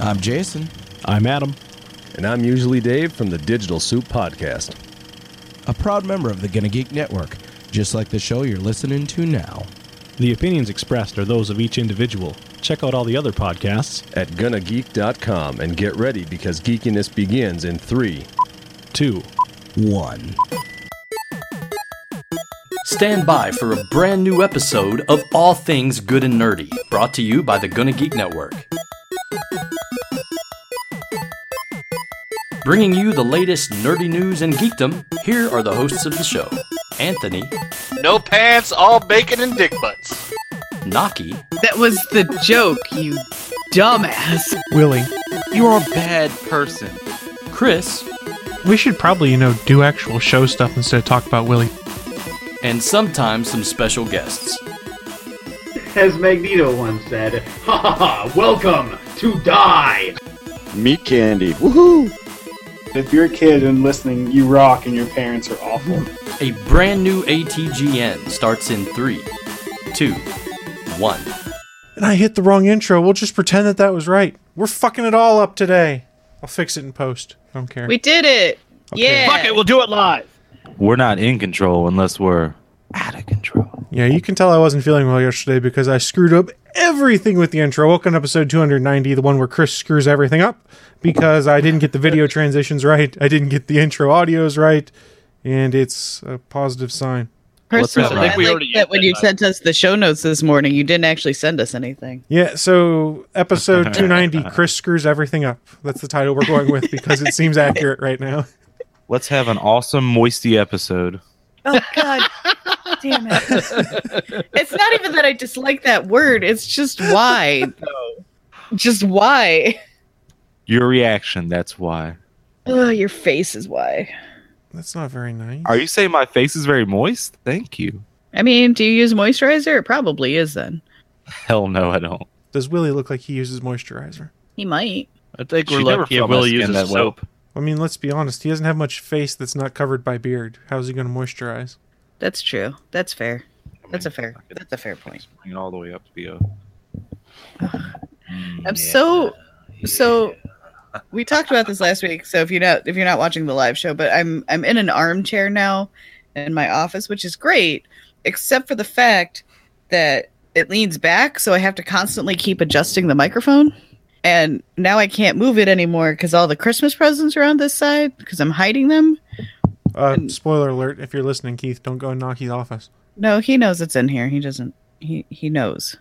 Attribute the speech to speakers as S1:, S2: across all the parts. S1: I'm Jason.
S2: I'm Adam.
S3: And I'm usually Dave from the Digital Soup Podcast.
S1: a proud member of the Gonna Geek Network, just like the show you're listening to now.
S2: The opinions expressed are those of each individual. Check out all the other podcasts.
S3: At gunnageek.com and get ready because geekiness begins in three.
S2: Two.
S1: One.
S4: Stand by for a brand new episode of All Things Good and Nerdy, brought to you by the Gunna Geek Network. Bringing you the latest nerdy news and geekdom, here are the hosts of the show Anthony,
S5: No pants, all bacon and dick butts.
S4: Naki,
S6: That was the joke, you dumbass.
S7: Willie,
S6: You're a bad person.
S4: Chris,
S7: we should probably, you know, do actual show stuff instead of talk about Willie.
S4: and sometimes some special guests.
S8: As Magneto once said, ha ha ha, welcome to die!
S9: Meat candy. Woohoo! If you're a kid and listening, you rock and your parents are awful.
S4: A brand new ATGN starts in three, two, one.
S7: And I hit the wrong intro. We'll just pretend that that was right. We're fucking it all up today. I'll fix it in post. I don't care.
S6: We did it. Yeah.
S5: Fuck it, we'll do it live.
S10: we're not in control unless we're out of control.
S7: yeah, you can tell I wasn't feeling well yesterday because I screwed up everything with the intro. Welcome to episode 290, the one where Chris screws everything up because I didn't get the video transitions right. I didn't get the intro audios right. And it's a positive sign.
S6: Personally,
S5: wrap it
S6: I,
S5: up. I think we
S6: like
S5: already
S6: that when
S5: did
S6: you
S5: that.
S6: sent us the show notes this morning, you didn't actually send us anything.
S7: Yeah, so episode 290, Chris screws everything up. That's the title we're going with because it seems accurate right now.
S10: Let's have an awesome moisty episode.
S6: Oh God, damn it! it's not even that I dislike that word. It's just why. Just why.
S10: Your reaction, that's why.
S6: Oh, your face is why.
S7: That's not very nice.
S10: Are you saying my face is very moist? Thank you.
S6: I mean, do you use moisturizer? It probably is. Then
S10: Hell no, I don't.
S7: Does Willie look like he uses moisturizer?
S6: he might.
S5: I think
S10: She never felt my skin that well.
S7: I mean, let's be honest. He doesn't have much face that's not covered by beard. How's he going to moisturize?
S6: That's true. That's fair. That's a
S10: mean,
S6: fair.
S10: I could-
S6: That's a fair point.
S10: Bring it all the way up to be a.
S6: I'm so so we talked about this last week, so if you're not if you're not watching the live show, but I'm I'm in an armchair now in my office, which is great, except for the fact that it leans back, so I have to constantly keep adjusting the microphone. And now I can't move it anymore because all the Christmas presents are on this side because I'm hiding them.
S7: Uh, spoiler alert, if you're listening, Keith, don't go and knock his office.
S6: No, he knows it's in here. He doesn't. He he knows.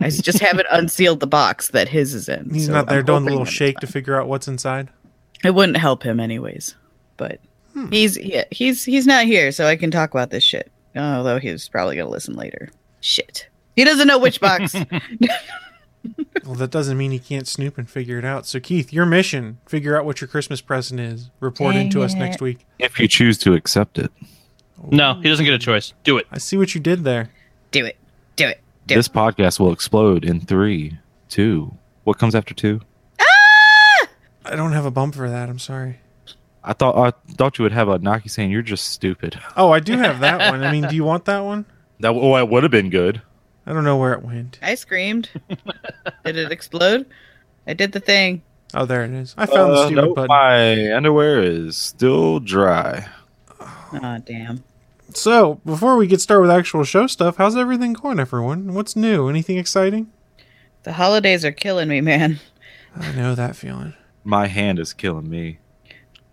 S6: I just haven't unsealed the box that his is in.
S7: He's
S6: so
S7: not there
S6: I'm
S7: doing a
S6: hoping
S7: little
S6: that it's
S7: shake
S6: fine.
S7: to figure out what's inside.
S6: It wouldn't help him anyways. But
S10: Hmm.
S6: he's yeah, he's he's not here, so I can talk about this shit. Although he's probably gonna listen later. Shit. He doesn't know which box.
S7: Well, that doesn't mean he can't snoop and figure it out. So, Keith, your mission figure out what your Christmas present is. Report in to us next week.
S10: If you choose to accept it,
S5: No, he doesn't get a choice. Do it.
S7: I see what you did there.
S6: Do it. Do it. Do
S10: this
S6: it.
S10: podcast will explode in three, two. What comes after two?
S7: I don't have a bump for that. I'm sorry.
S10: I thought I thought you would have a Naki saying you're just stupid.
S7: Oh, I do have that one. I mean, do you want that one?
S10: That oh, that would have been good.
S7: I don't know where it went.
S6: I screamed. Did it explode? I did the thing.
S7: Oh, there it is. I found the
S10: Uh,
S7: stupid
S10: nope,
S7: button.
S10: my underwear is still dry.
S6: Oh damn.
S7: So, before we get started with actual show stuff, how's everything going, everyone? What's new? Anything exciting?
S6: The holidays are killing me, man.
S7: I know that feeling.
S10: My hand is killing me.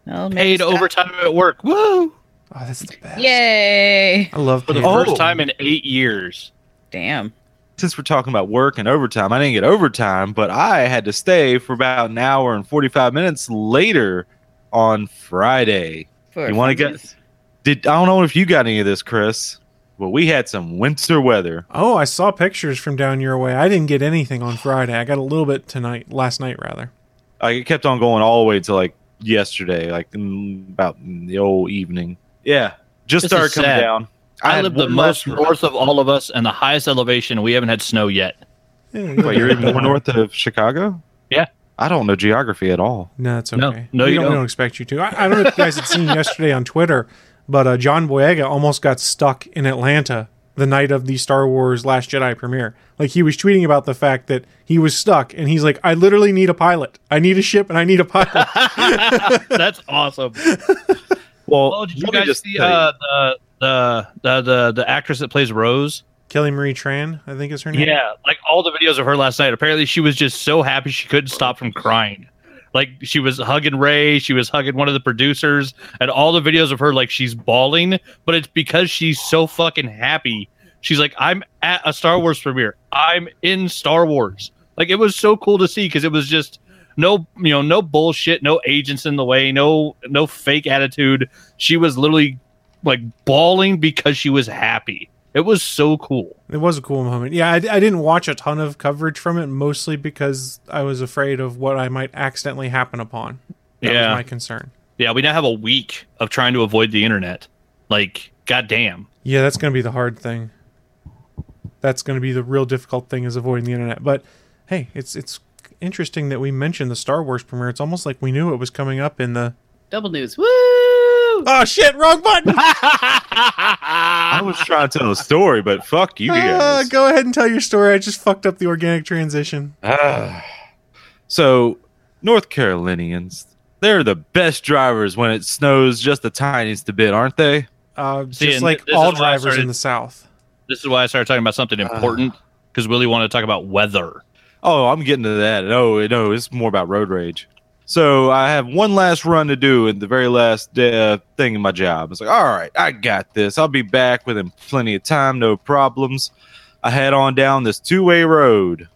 S6: Well, maybe
S5: Paid
S6: stop-
S5: overtime at work. Woo!
S7: Oh, that's the best.
S6: Yay.
S7: I love
S5: For the
S7: paying.
S5: first time in eight years.
S6: Damn.
S10: Since we're talking about work and overtime, I didn't get overtime, but I had to stay for about an hour and 45 minutes later on Friday.
S6: For
S10: You wanna get-
S6: funsies.
S10: Did I don't know if you got any of this, Chris, but we had some winter weather.
S7: Oh, I saw pictures from down your way. I didn't get anything on Friday. I got a little bit tonight, last night rather.
S10: Like it kept on going all the way to like yesterday, like mm, about in the old evening. Yeah, just
S5: This is
S10: started coming
S5: sad.
S10: down.
S5: I,
S10: had
S5: live the
S10: one
S5: most
S10: last-
S5: north of all of us and the highest elevation. We haven't had snow yet.
S7: Yeah,
S10: Wait, you're even more north of Chicago?
S5: Yeah.
S10: I don't know geography at all.
S7: No, it's okay.
S5: No. No,
S7: we
S5: you
S7: don't, we
S5: don't.
S7: don't expect you to. I, I don't know if you guys had seen yesterday on Twitter, but uh, John Boyega almost got stuck in Atlanta the night of the Star Wars Last Jedi premiere. Like he was tweeting about the fact that he was stuck and he's like, I literally need a pilot. I need a ship and I need a pilot.
S5: That's awesome.
S10: Well,
S5: Well, did you
S10: let me
S5: guys
S10: just
S5: see
S10: tell you.
S5: uh, the, the the the the actress that plays Rose?
S7: Kelly Marie Tran, I think is her name.
S5: Yeah, like all the videos of her last night. Apparently, she was just so happy she couldn't stop from crying. Like she was hugging Ray, she was hugging one of the producers, and all the videos of her like she's bawling, but it's because she's so fucking happy. She's like, I'm at a Star Wars premiere. I'm in Star Wars. Like it was so cool to see because it was just no, you know, no bullshit, no agents in the way, no, no fake attitude. She was literally like bawling because she was happy. It was so cool.
S7: It was a cool moment. Yeah, I, I didn't watch a ton of coverage from it, mostly because I was afraid of what I might accidentally happen upon. That
S5: Yeah.
S7: was my concern.
S5: Yeah, we now have a week of trying to avoid the internet. Like, goddamn.
S7: Yeah, that's going to be the hard thing. That's going to be the real difficult thing is avoiding the internet. But hey, it's it's interesting that we mentioned the Star Wars premiere. It's almost like we knew it was coming up in the
S6: Double news. Woo!
S7: Oh shit, wrong button.
S10: I was trying to tell a story, but fuck you
S7: Ah,
S10: guys.
S7: go ahead and tell your story. I just fucked up the organic transition. Uh,
S10: Ah. so, North Carolinians, they're the best drivers when it snows just the tiniest bit, aren't they?
S7: Uh,
S5: See,
S7: just
S5: and
S7: like
S5: this is
S7: all
S5: why I
S7: drivers in
S5: started-
S7: the South.
S5: This is why I started talking about something important because Willie wanted to talk about weather.
S10: Oh, I'm getting to that. No, no, it's more about road rage. So I have one last run to do at the very last uh, thing in my job. It's like, all right, I got this. I'll be back within plenty of time, no problems. I head on down this two way road,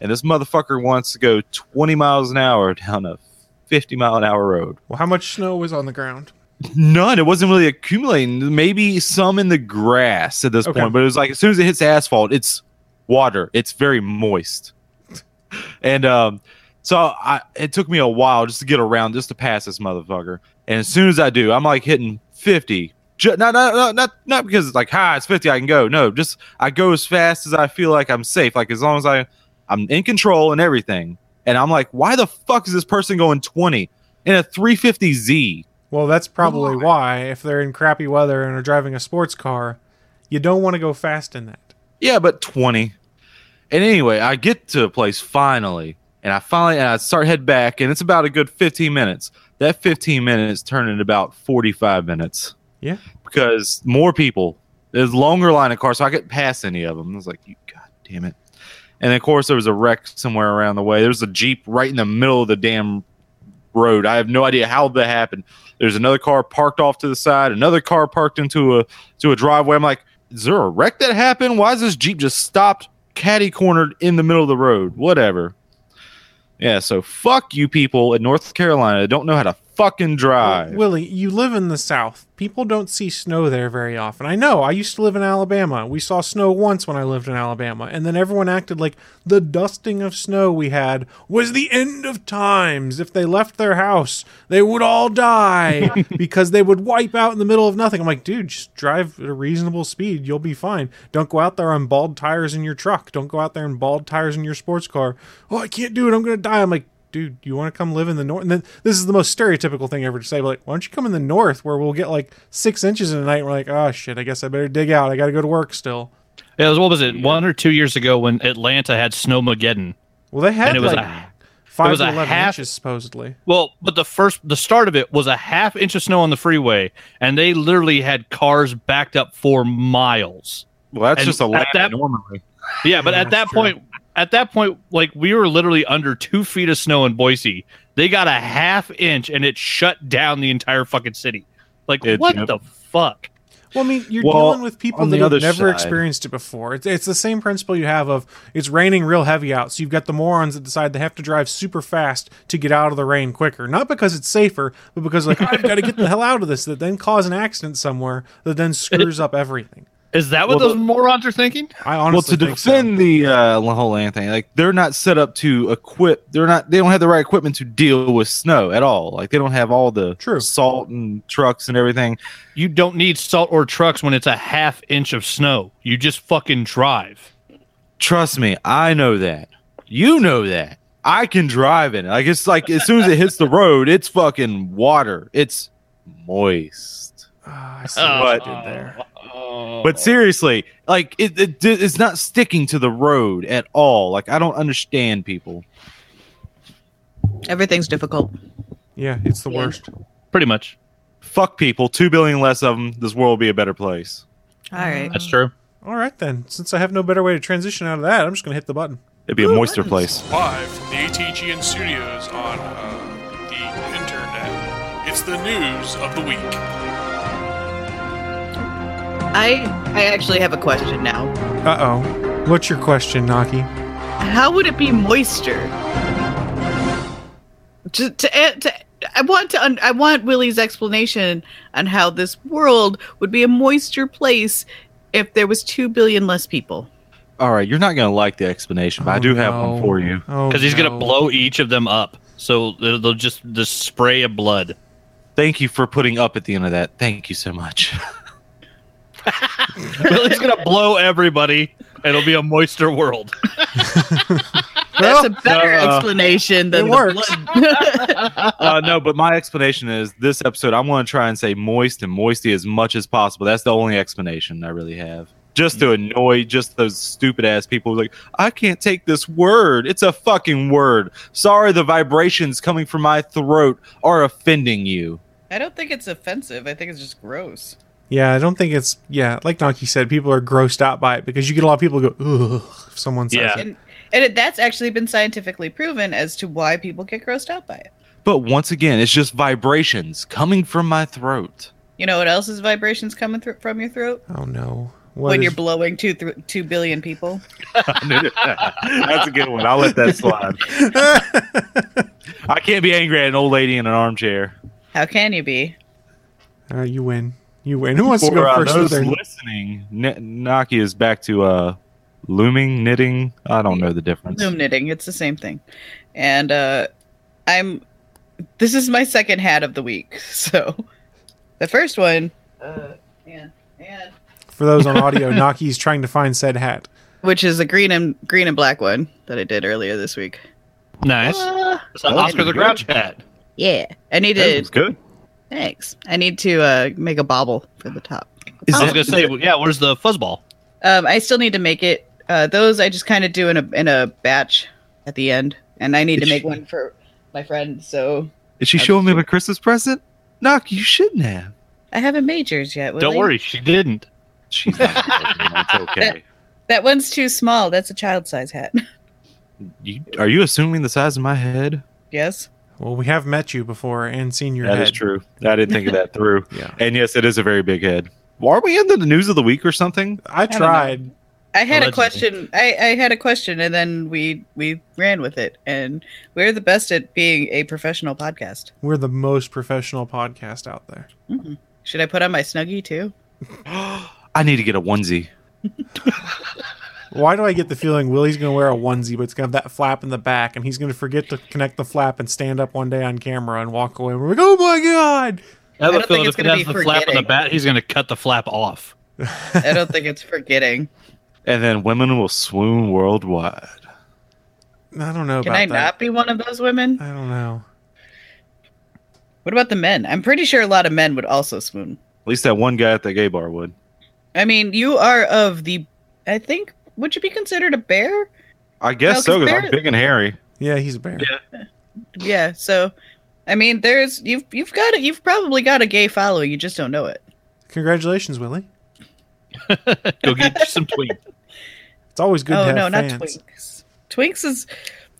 S10: and this motherfucker wants to go 20 miles an hour down a 50 mile an hour road.
S7: Well, how much snow was on the ground?
S10: None. It wasn't really accumulating. Maybe some in the grass at this
S7: Okay.
S10: point, but it was like as soon as it hits asphalt, it's water. It's very moist. and um, so I, it took me a while just to get around, just to pass this motherfucker. And as soon as I do, I'm like hitting 50. Ju- not, not, not, not, not because it's like, hi, it's 50, I can go. No, just I go as fast as I feel like I'm safe. Like as long as I, I'm in control and everything. And I'm like, why the fuck is this person going 20 in a 350Z?
S7: Well, that's probably why if they're in crappy weather and are driving a sports car, you don't want to go fast in that.
S10: Yeah, but 20. And anyway, I get to a place finally, and I finally and I start head back, and it's about a good 15 minutes. That 15 minutes turned into about 45 minutes.
S7: Yeah.
S10: Because more people, there's longer line of cars, so I couldn't pass any of them. I was like, you god damn it. And of course, there was a wreck somewhere around the way. There was a Jeep right in the middle of the damn road. I have no idea how that happened. There's another car parked off to the side, another car parked into a to a driveway. I'm like, is there a wreck that happened? Why is this Jeep just stopped catty cornered in the middle of the road? Whatever. Yeah, so fuck you people in North Carolina that don't know how to fucking drive.
S7: Willie, you live in the South. People don't see snow there very often. I know. I used to live in Alabama. We saw snow once when I lived in Alabama, and then everyone acted like the dusting of snow we had was the end of times. If they left their house, they would all die because they would wipe out in the middle of nothing. I'm like, dude, just drive at a reasonable speed. You'll be fine. Don't go out there on bald tires in your truck. Don't go out there on bald tires in your sports car. Oh, I can't do it. I'm going to die. I'm like, dude, you want to come live in the north? And then this is the most stereotypical thing ever to say, but like, why don't you come in the north where we'll get like six inches in a night? And we're like, oh shit, I guess I better dig out. I got to go to work still.
S5: It was, what was it, one or two years ago when Atlanta had Snowmageddon?
S7: Well, they had
S5: And it was
S7: like
S5: a-
S7: five
S5: it was
S7: to
S5: a
S7: eleven
S5: half-
S7: inches supposedly.
S5: Well, but the first, the start of it was a half inch of snow on the freeway, and they literally had cars backed up for miles.
S10: well, that's
S5: and
S10: just a
S5: at
S10: land
S5: that-
S10: normally.
S5: Yeah, but at that
S7: that's true.
S5: point, at that point, like we were literally under two feet of snow in Boise. They got a half inch, and it shut down the entire fucking city. Like,
S10: It-
S5: what
S10: yep.
S5: the fuck?
S7: Well, I mean, you're
S10: Well,
S7: dealing with people
S10: on
S7: that
S10: the
S7: have
S10: other
S7: never
S10: side-
S7: experienced it before. It's, it's the same principle you have of it's raining real heavy out, so you've got the morons that decide they have to drive super fast to get out of the rain quicker, not because it's safer, but because like I've got to get the hell out of this. That then cause an accident somewhere that then screws up everything.
S5: Is that what
S10: Well,
S5: those morons are thinking?
S7: I
S10: Well,
S7: honestly
S10: to
S7: think so.
S10: defend the uh, whole land thing, like they're not set up to equip. They're not. They don't have the right equipment to deal with snow at all. Like they don't have all the
S7: True.
S10: salt and trucks and everything.
S5: You don't need salt or trucks when it's a half inch of snow. You just fucking drive.
S10: Trust me, I know that. You know that. I can drive in it. Like it's like as soon as it hits the road, it's fucking water. It's moist.
S7: Ah, I see
S5: Uh,
S10: But-
S7: what you did there.
S11: Uh,
S7: Oh.
S10: But seriously, like it, it di- it's not sticking to the road at all. Like I don't understand people.
S6: Everything's difficult.
S7: Yeah, it's the worst.
S5: Pretty much.
S10: Fuck people. Two billion less of them. This world will be a better place.
S6: All right.
S10: Uh,
S5: That's true.
S7: All right then. Since I have no better way to transition out of that, I'm just gonna hit the button.
S10: It'd be a moister place.
S11: Live from the ATGN studios on uh, the internet. It's the news of the week.
S6: I I actually have a question now.
S7: Uh oh. What's your question, Naki?
S6: How would it be moisture? To, to, a- to I want to un, I want Willie's explanation on how this world would be a moister place if there was two billion less people.
S10: All right, you're not gonna like the explanation, but I
S7: Oh,
S10: do have
S7: no.
S10: one for you.
S7: Oh,
S5: Because he's
S7: no.
S5: gonna blow each of them up, so they'll they'll just the spray of blood.
S10: Thank you for putting up at the end of that. Thank you so much.
S5: Willie's gonna blow everybody. and It'll be a moister world.
S6: That's a better
S10: no, no.
S6: explanation than
S7: It
S6: the
S7: works.
S6: blood.
S10: uh, no, but my explanation is this episode. I'm going to try and say moist and moisty as much as possible. That's the only explanation I really have, just to annoy just those stupid ass people. who's Like I can't take this word. It's a fucking word. Sorry, the vibrations coming from my throat are offending you.
S6: I don't think it's offensive. I think it's just gross.
S7: Yeah, I don't think it's yeah, like Naki said, people are grossed out by it because you get a lot of people who go, Ugh if someone says it.
S5: Yeah.
S6: And and it, that's actually been scientifically proven as to why people get grossed out by it.
S10: But once again, it's just vibrations coming from my throat.
S6: You know what else is vibrations coming through from your throat
S7: Oh no.
S6: when
S7: What
S6: you're
S7: is,
S6: blowing two th- two billion people?
S10: That's a good one. I'll let that slide. I can't be angry at an old lady in an armchair.
S6: How can you be?
S7: uh, you win. You win. Who wants to
S10: For,
S7: go
S10: uh,
S7: first with
S10: those
S7: their
S10: listening, N- Naki is back to uh, looming knitting. I don't know the difference.
S6: Zoom knitting, it's the same thing. And uh I'm this is my second hat of the week. So the first one uh yeah, and
S7: for those on audio, Naki's trying to find said hat.
S6: which is a green and green and black one that I did earlier this week.
S5: Nice. It's an Oscar the Grouch hat.
S6: Yeah. I need
S3: That
S6: to
S3: was good.
S6: thanks. I need to uh make a bobble for the top.
S5: I was gonna say, yeah. Where's the fuzzball?
S6: Um, I still need to make it. Uh, those I just kind of do in a in a batch at the end, and I need to make one for my friend. So
S10: Is she showing me the Christmas present? Naki, you shouldn't have.
S6: I haven't made yours yet.
S5: Don't
S6: Willie.
S5: worry, she didn't.
S10: She's not. it's okay.
S6: That one's too small. That's a child size hat.
S10: You, are you assuming the size of my head?
S6: yes.
S7: Well, we have met you before and seen your
S10: That is
S7: head.
S10: true. I didn't think of that through.
S7: Yeah.
S10: And yes, it is a very big head. Well, are we into the news of the week or something?
S7: I
S6: don't know.
S7: tried.
S6: I had
S5: Allegedly.
S6: a question. I, I had a question, and then we we ran with it, and we're the best at being a professional podcast.
S7: We're the most professional podcast out there.
S6: Should I put on my snuggie too?
S10: I need to get a onesie.
S7: Why do I get the feeling Willie's going to wear a onesie, but it's going to have that flap in the back, and he's going to forget to connect the flap and stand up one day on camera and walk away? We're like, oh my god!
S5: I have
S6: I
S5: a
S6: don't think
S5: feeling if
S6: it's
S5: he
S6: gonna
S5: has
S6: be
S5: the flap on the
S6: forgetting.
S5: bat, he's gonna cut the flap off.
S6: I don't think it's forgetting.
S10: And then women will swoon worldwide.
S7: I don't know
S6: Can
S7: about
S6: I
S7: that.
S6: not be one of those women?
S7: I don't know.
S6: What about the men? I'm pretty sure a lot of men would also swoon.
S10: At least that one guy at the gay bar would.
S6: I mean, you are of the. I think would you be considered a bear?
S10: I
S6: No,
S10: guess so,
S6: 'cause
S10: because
S6: there-
S10: I'm big and hairy.
S7: Yeah, he's a bear.
S6: Yeah. So, I mean, there's you've you've got a, you've probably got a gay following. You just don't know it.
S7: Congratulations, Willie.
S5: Go get you some tweet.
S7: It's always good to
S6: oh
S7: have
S6: no,
S7: fans.
S6: not Twinks. Twinks is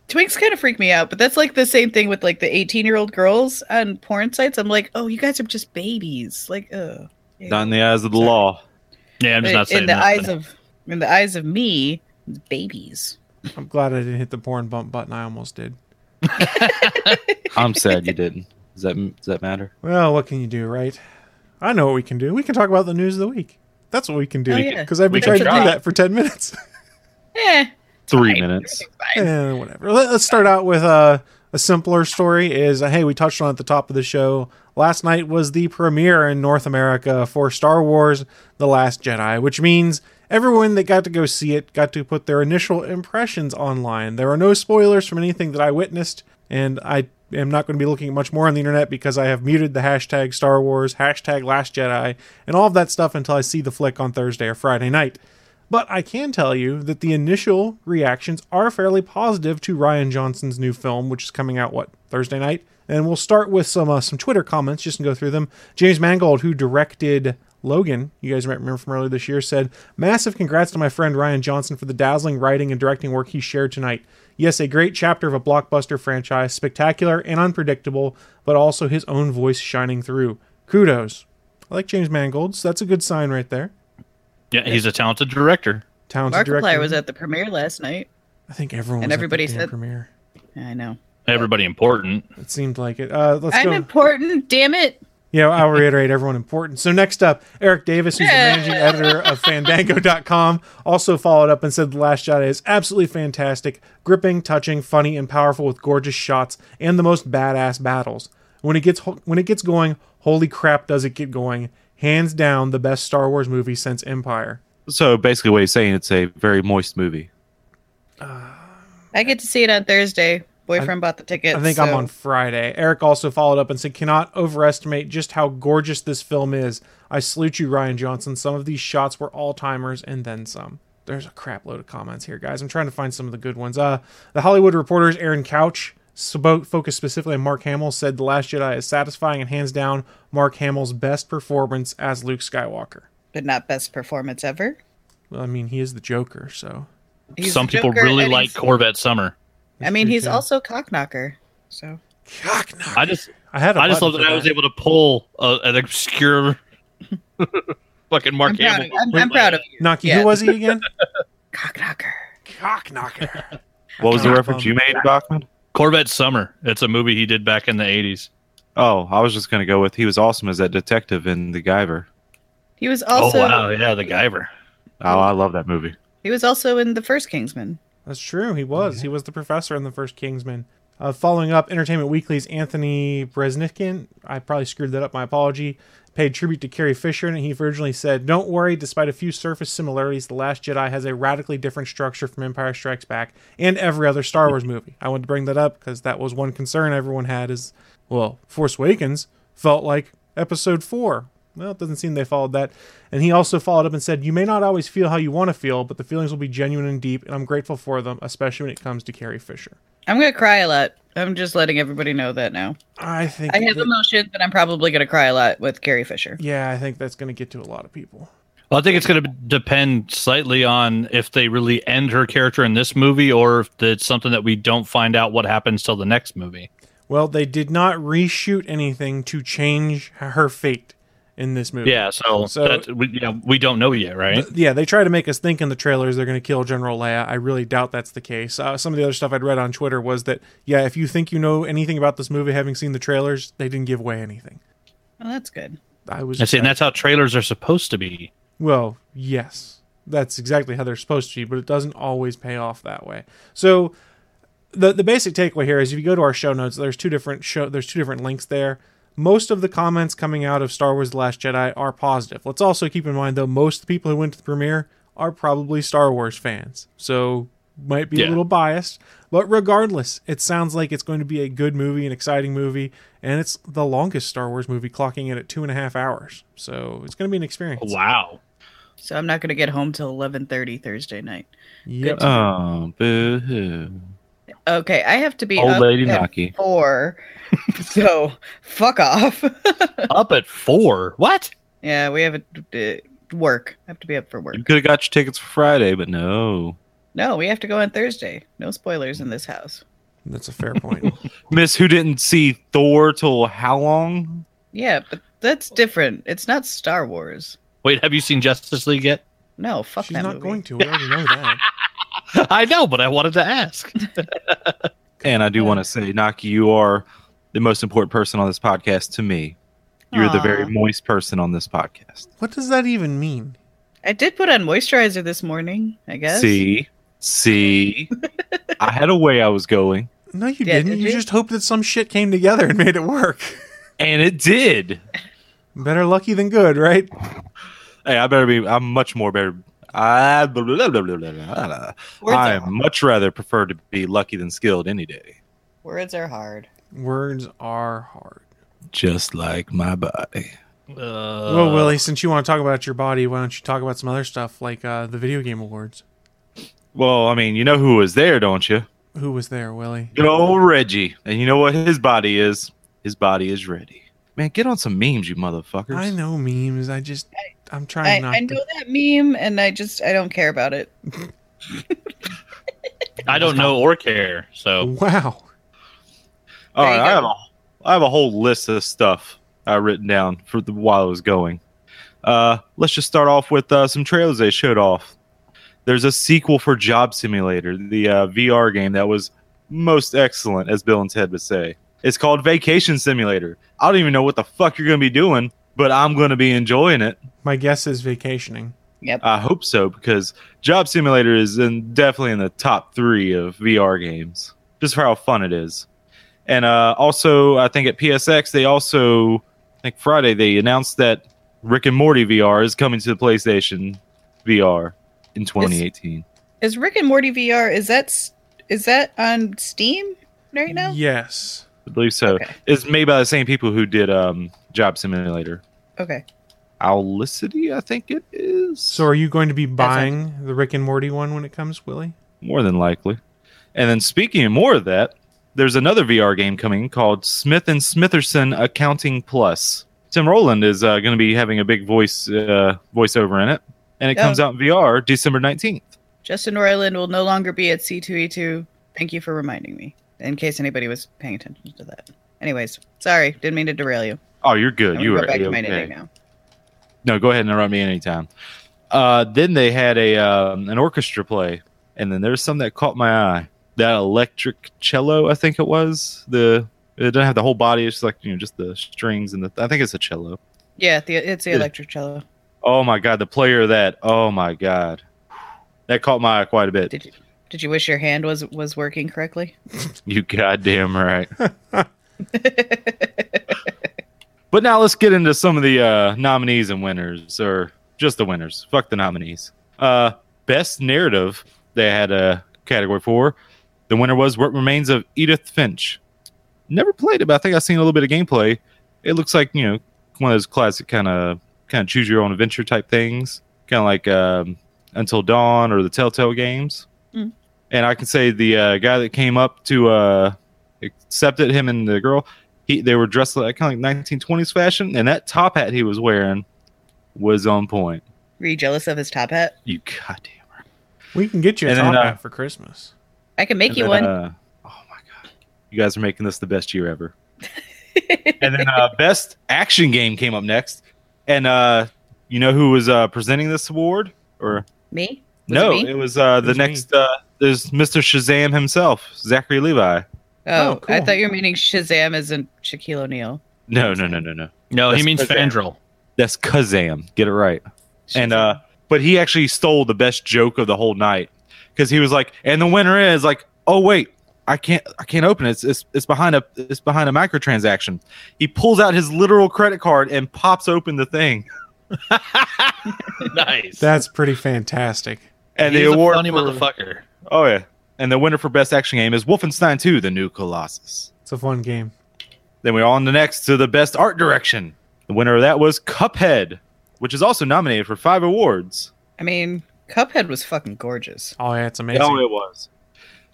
S6: Twinks kind of freak me out, but that's like the same thing with like the 18 year old girls on porn sites. I'm like, oh, you guys are just babies. Like, ugh. Ew.
S10: Not in the eyes of the law.
S5: Yeah, I'm just not saying
S6: in the
S5: that,
S6: eyes
S5: but-
S6: of in the eyes of me, it's babies.
S7: I'm glad I didn't hit the porn bump button. I almost did.
S10: I'm sad you didn't. Does that does that matter?
S7: Well, what can you do, right? I know what we can do. We can talk about the news of the week. That's what we can do.
S6: Oh, yeah.
S7: Because I've
S5: We
S7: been
S5: can
S7: trying to
S5: try.
S7: do that for 10 minutes.
S6: Eh,
S10: Three minutes.
S7: Eh, whatever. Let, us start out with uh, a simpler story. Is uh, hey, we touched on it at the top of the show. Last night was the premiere in North America for Star Wars: The Last Jedi, which means everyone that got to go see it got to put their initial impressions online. There are no spoilers from anything that I witnessed, and I am not going to be looking at much more on the internet because I have muted the hashtag Star Wars, hashtag Last Jedi, and all of that stuff until I see the flick on Thursday or Friday night. But I can tell you that the initial reactions are fairly positive to Ryan Johnson's new film, which is coming out what Thursday night. And we'll start with some uh, some Twitter comments just to go through them. James Mangold, who directed Logan, you guys might remember from earlier this year, said, "Massive congrats to my friend Ryan Johnson for the dazzling writing and directing work he shared tonight. Yes, a great chapter of a blockbuster franchise, spectacular and unpredictable, but also his own voice shining through. Kudos." I like James Mangold, so that's a good sign right there.
S5: Yeah, he's a talented director.
S7: Talented
S6: Markiplier
S7: director.
S6: was at the premiere last night.
S7: I think everyone
S6: and
S7: was at
S6: everybody
S7: the damn
S6: said
S7: premiere.
S6: I know.
S5: Everybody important.
S7: It seemed like it. Uh, let's
S6: I'm
S7: go.
S6: important. Damn it.
S7: Yeah, I'll reiterate everyone important. So next up, Eric Davis, who's the managing editor of Fandango.com, also followed up and said The Last Jedi is absolutely fantastic, gripping, touching, funny, and powerful with gorgeous shots and the most badass battles. When it gets ho- when it gets going, holy crap, does it get going? Hands down, the best Star Wars movie since Empire.
S10: So basically, what he's saying, it's a very moist movie.
S6: I get to see it on Thursday. Boyfriend bought the ticket.
S7: I think I'm on Friday. Eric also followed up and said, "Cannot overestimate just how gorgeous this film is. I salute you, Ryan Johnson. Some of these shots were all timers, and then some." There's a crap load of comments here, guys. I'm trying to find some of the good ones. Uh, the Hollywood Reporter's Aaron Couch spoke focused specifically on Mark Hamill. Said, "The Last Jedi is satisfying and hands down Mark Hamill's best performance as Luke Skywalker."
S6: but not best performance ever.
S7: Well, I mean, he is the Joker, so
S6: He's
S5: Some
S6: the
S5: people
S6: Joker
S5: really
S6: and
S5: like
S6: he's-
S5: Corvette Summer.
S6: I mean, he's
S7: too.
S6: also cock knocker. So
S5: I just
S7: I had. a
S5: I just
S7: button
S5: love that,
S7: for
S5: I was able to pull uh, an obscure fucking Mark
S6: I'm proud,
S5: Hamill.
S6: of, I'm, I'm proud of you.
S7: Knocky,
S6: Yeah.
S7: who was he again?
S6: Cock knocker.
S7: Cock knocker.
S10: What was the
S7: Cock
S10: reference
S7: bum.
S10: you made, Bachman?
S5: Corvette Summer. It's a movie he did back in the eighties.
S10: Oh, I was just gonna go with he was awesome as that detective in The Guyver.
S6: He was also
S5: oh wow, yeah, the Guyver.
S10: Oh, I love that movie.
S6: he was also in the first Kingsman.
S7: That's true. He was. He was the professor in the first Kingsman. Uh, following up, Entertainment Weekly's Anthony Bresnikan, I probably screwed that up, my apology, paid tribute to Carrie Fisher, and he originally said, Don't worry, despite a few surface similarities, The Last Jedi has a radically different structure from Empire Strikes Back and every other Star Wars movie. I wanted to bring that up because that was one concern everyone had is, well, Force Awakens felt like Episode 4, well, it doesn't seem they followed that. And he also followed up and said, You may not always feel how you want to feel, but the feelings will be genuine and deep, and I'm grateful for them, especially when it comes to Carrie Fisher.
S6: I'm gonna cry a lot. I'm just letting everybody know that now.
S7: I think.
S6: I have
S7: that-
S6: emotions, but I'm probably gonna cry a lot with Carrie Fisher.
S7: yeah, I think that's going to get to a lot of people.
S5: Well, I think it's going to depend slightly on if they really end her character in this movie, or if it's something that we don't find out what happens till the next movie.
S7: Well, they did not reshoot anything to change her fate in this movie.
S5: Yeah, so,
S7: So-
S5: that, we, yeah, we don't know yet, right?
S7: Yeah, they try to make us think in the trailers they're going to kill General Leia. I really doubt that's the case. Uh, some of the other stuff I'd read on Twitter was that, yeah, if you think you know anything about this movie having seen the trailers, they didn't give away anything.
S6: Well, that's good.
S7: I was.
S5: I see, and that's how trailers are supposed to be.
S7: Well, yes. That's exactly how they're supposed to be, but it doesn't always pay off that way. So the the basic takeaway here is if you go to our show notes, there's two different show there's two different links there. Most of the comments coming out of Star Wars The Last Jedi are positive. Let's also keep in mind though, most of the people who went to the premiere are probably Star Wars fans. So might be a
S5: Yeah.
S7: little biased. But regardless, it sounds like it's going to be a good movie, an exciting movie, and it's the longest Star Wars movie clocking in at two and a half hours. So it's gonna be an experience.
S5: Wow.
S6: So I'm not gonna get home till 11:30 Thursday night.
S7: Yep.
S10: Oh, boo hoo.
S6: Okay, I have to be
S10: Old
S6: up
S10: lady
S6: at
S10: Naki.
S6: four. so fuck off.
S5: Up at four. What?
S6: yeah, we have a uh, work. I have to be up for work.
S10: You could have got your tickets for Friday, but no.
S6: No, we have to go on Thursday. No spoilers in this house.
S7: That's a fair point.
S10: Miss who didn't see Thor till how long?
S6: Yeah, but that's different. It's not Star Wars.
S5: Wait, have you seen Justice League yet?
S6: No, fuck
S7: She's
S6: that
S7: not
S6: movie.
S7: going to. We already know that.
S5: I know, but I wanted to ask.
S10: And I do want to say, Naki, you are the most important person on this podcast to me. You're the
S6: Aw.
S10: very moist person on this podcast.
S7: What does that even mean?
S6: I did put on moisturizer this morning. I guess.
S10: See, see, I had a way I was going,
S7: No, you
S6: Yeah,
S7: didn't.
S6: did
S7: you
S6: you?
S7: just hoped that some shit came together and made it work.
S10: and it did.
S7: Better lucky than good, right?
S10: Hey, I better be. I'm much more better. I, blah, blah, blah, blah, blah, blah, blah.
S6: Words
S10: I
S6: are,
S10: much rather prefer to be lucky than skilled any day.
S6: words are hard.
S7: Words are hard.
S10: Just like my body.
S7: well,
S10: Uh,
S7: Willie, since you want to talk about your body, why don't you talk about some other stuff like uh, the video game awards?
S10: Well, I mean, you know who was there, don't you?
S7: Who was there, Willie?
S10: Good old Reggie. And you know what his body is? His body is ready. Man, get on some memes, you motherfuckers.
S7: I know memes. I just I'm
S6: I,
S7: trying not
S6: I know that meme, and I just I don't care about it.
S5: I don't know or care.
S10: Oh.
S5: So
S7: wow.
S10: All
S6: There
S10: right,
S6: you
S10: I
S6: go.
S10: have a I have a whole list of stuff I written down for the while I was going. Uh, let's just start off with uh, some trailers they showed off. There's a sequel for Job Simulator, the uh, VR game that was most excellent, as Bill and Ted would say. It's called Vacation Simulator. I don't even know what the fuck you're going to be doing, but I'm going to be enjoying it.
S7: My guess is vacationing.
S10: I hope so because Job Simulator is in, definitely in the top three of VR games, just for how fun it is. And uh, also, I think at PSX they also, I think Friday they announced that Rick and Morty VR is coming to the PlayStation VR in 2018.
S6: Is Rick and Morty VR is that s- is that on Steam right now?
S7: Yes.
S10: I believe so. It's made by the same people who did um, Job Simulator.
S6: Okay.
S10: Owlicity, I think it is.
S7: So are you going to be buying the Rick and Morty one when it comes, Willie?
S10: More than likely. And then speaking of more of that, there's another VR game coming called Smith and Smitherson Accounting Plus. Tim Roland is uh, going to be having a big voice uh, voiceover in it, and it
S6: Yeah.
S10: comes out in VR December 19th.
S6: Justin Roiland will no longer be at C2E2. Thank you for reminding me. In case anybody was paying attention to that. Anyways, sorry, didn't mean to derail you.
S10: Oh, you're good.
S6: I'm
S10: you
S6: gonna
S10: are
S6: go back to my
S10: okay.
S6: knitting now.
S10: No, go ahead and interrupt me anytime. Uh, then they had a um, an orchestra play, and then there's some that caught my eye. That electric cello, I think it was. The it didn't have the whole body. It's like you know just the strings and the. I think it's a cello.
S6: Yeah, the, it's the
S10: Yeah.
S6: electric cello.
S10: Oh my god, the player of that. Oh my god. That caught my eye quite a bit.
S6: Did you, Did you wish your hand was was working correctly?
S10: goddamn right. but now let's get into some of the uh, nominees and winners, or just the winners. Fuck the nominees. Uh, best narrative they had a category for. The winner was What Remains of Edith Finch. Never played it, but I think I've seen a little bit of gameplay. It looks like you know one of those classic kind of kind of choose your own adventure type things, kind of like um, Until Dawn or the Telltale games.
S6: Mm.
S10: And I can say the uh, guy that came up to uh, accepted him and the girl, he they were dressed like kind of like 1920s fashion, and that top hat he was wearing was on point.
S6: Were you jealous of his top hat?
S10: You goddamn.
S7: We can get you a
S10: And
S7: top
S10: then, uh,
S7: hat for Christmas.
S6: I can make
S10: And
S6: you
S10: then,
S6: one.
S10: uh, oh my god, you guys are making this the best year ever. and then uh, best action game came up next, and uh, you know who was uh, presenting this award or
S6: me? Was
S10: no,
S6: it
S10: it,
S6: me?
S10: was uh, the next. Uh, there's Mr. Shazam himself, Zachary Levi.
S6: Oh,
S7: Oh, cool.
S6: I thought you were meaning Shazam isn't Shaquille O'Neal.
S10: No, no, no, no, no.
S5: No, he
S10: That's
S5: means
S10: Kazam.
S5: Fandral.
S10: That's Kazam. Get it right. And uh, but he actually stole the best joke of the whole night because he was like, and the winner is like, oh wait, I can't, I can't open it. It's, it's it's behind a it's behind a microtransaction. He pulls out his literal credit card and pops open the thing.
S5: nice.
S7: That's pretty fantastic.
S10: And
S5: He's
S10: the
S5: a
S10: award,
S5: funny
S10: for-
S5: motherfucker.
S10: oh yeah, and the winner for best action game is Wolfenstein 2: The New Colossus.
S7: It's a fun game.
S10: Then we're on the next to the best art direction. The winner of that was Cuphead, which is also nominated for five awards.
S6: I mean, Cuphead was fucking gorgeous.
S7: Oh yeah, it's amazing.
S10: Oh, it was.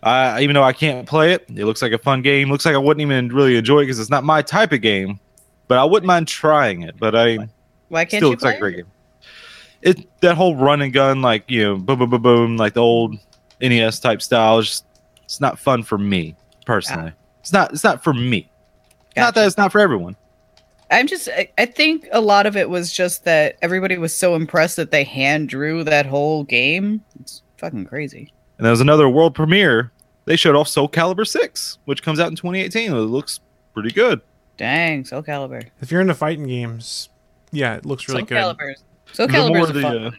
S10: Uh, even though I can't play it, it looks like a fun game. Looks like I wouldn't even really enjoy it because it's not my type of game. But I wouldn't mind trying it. But I
S6: Why can't
S10: still
S6: you
S10: looks
S6: play?
S10: like a great game. It that whole run and gun like you know boom boom boom boom like the old NES type style. is Just, it's not fun for me personally.
S6: Ah.
S10: It's not. It's not for me. Not that it's not for everyone.
S6: I'm just. I, I think a lot of it was just that everybody was so impressed that they hand drew that whole game. It's fucking crazy.
S10: And there was another world premiere. They showed off Soul Calibur Six, which comes out in 2018. It looks pretty good.
S6: Dang, Soul Calibur.
S7: If you're into fighting games, yeah, it looks really
S6: Soul
S7: good.
S6: Calibur. Soul
S10: The more
S6: Calibur is a
S10: the,
S6: fun.
S10: uh,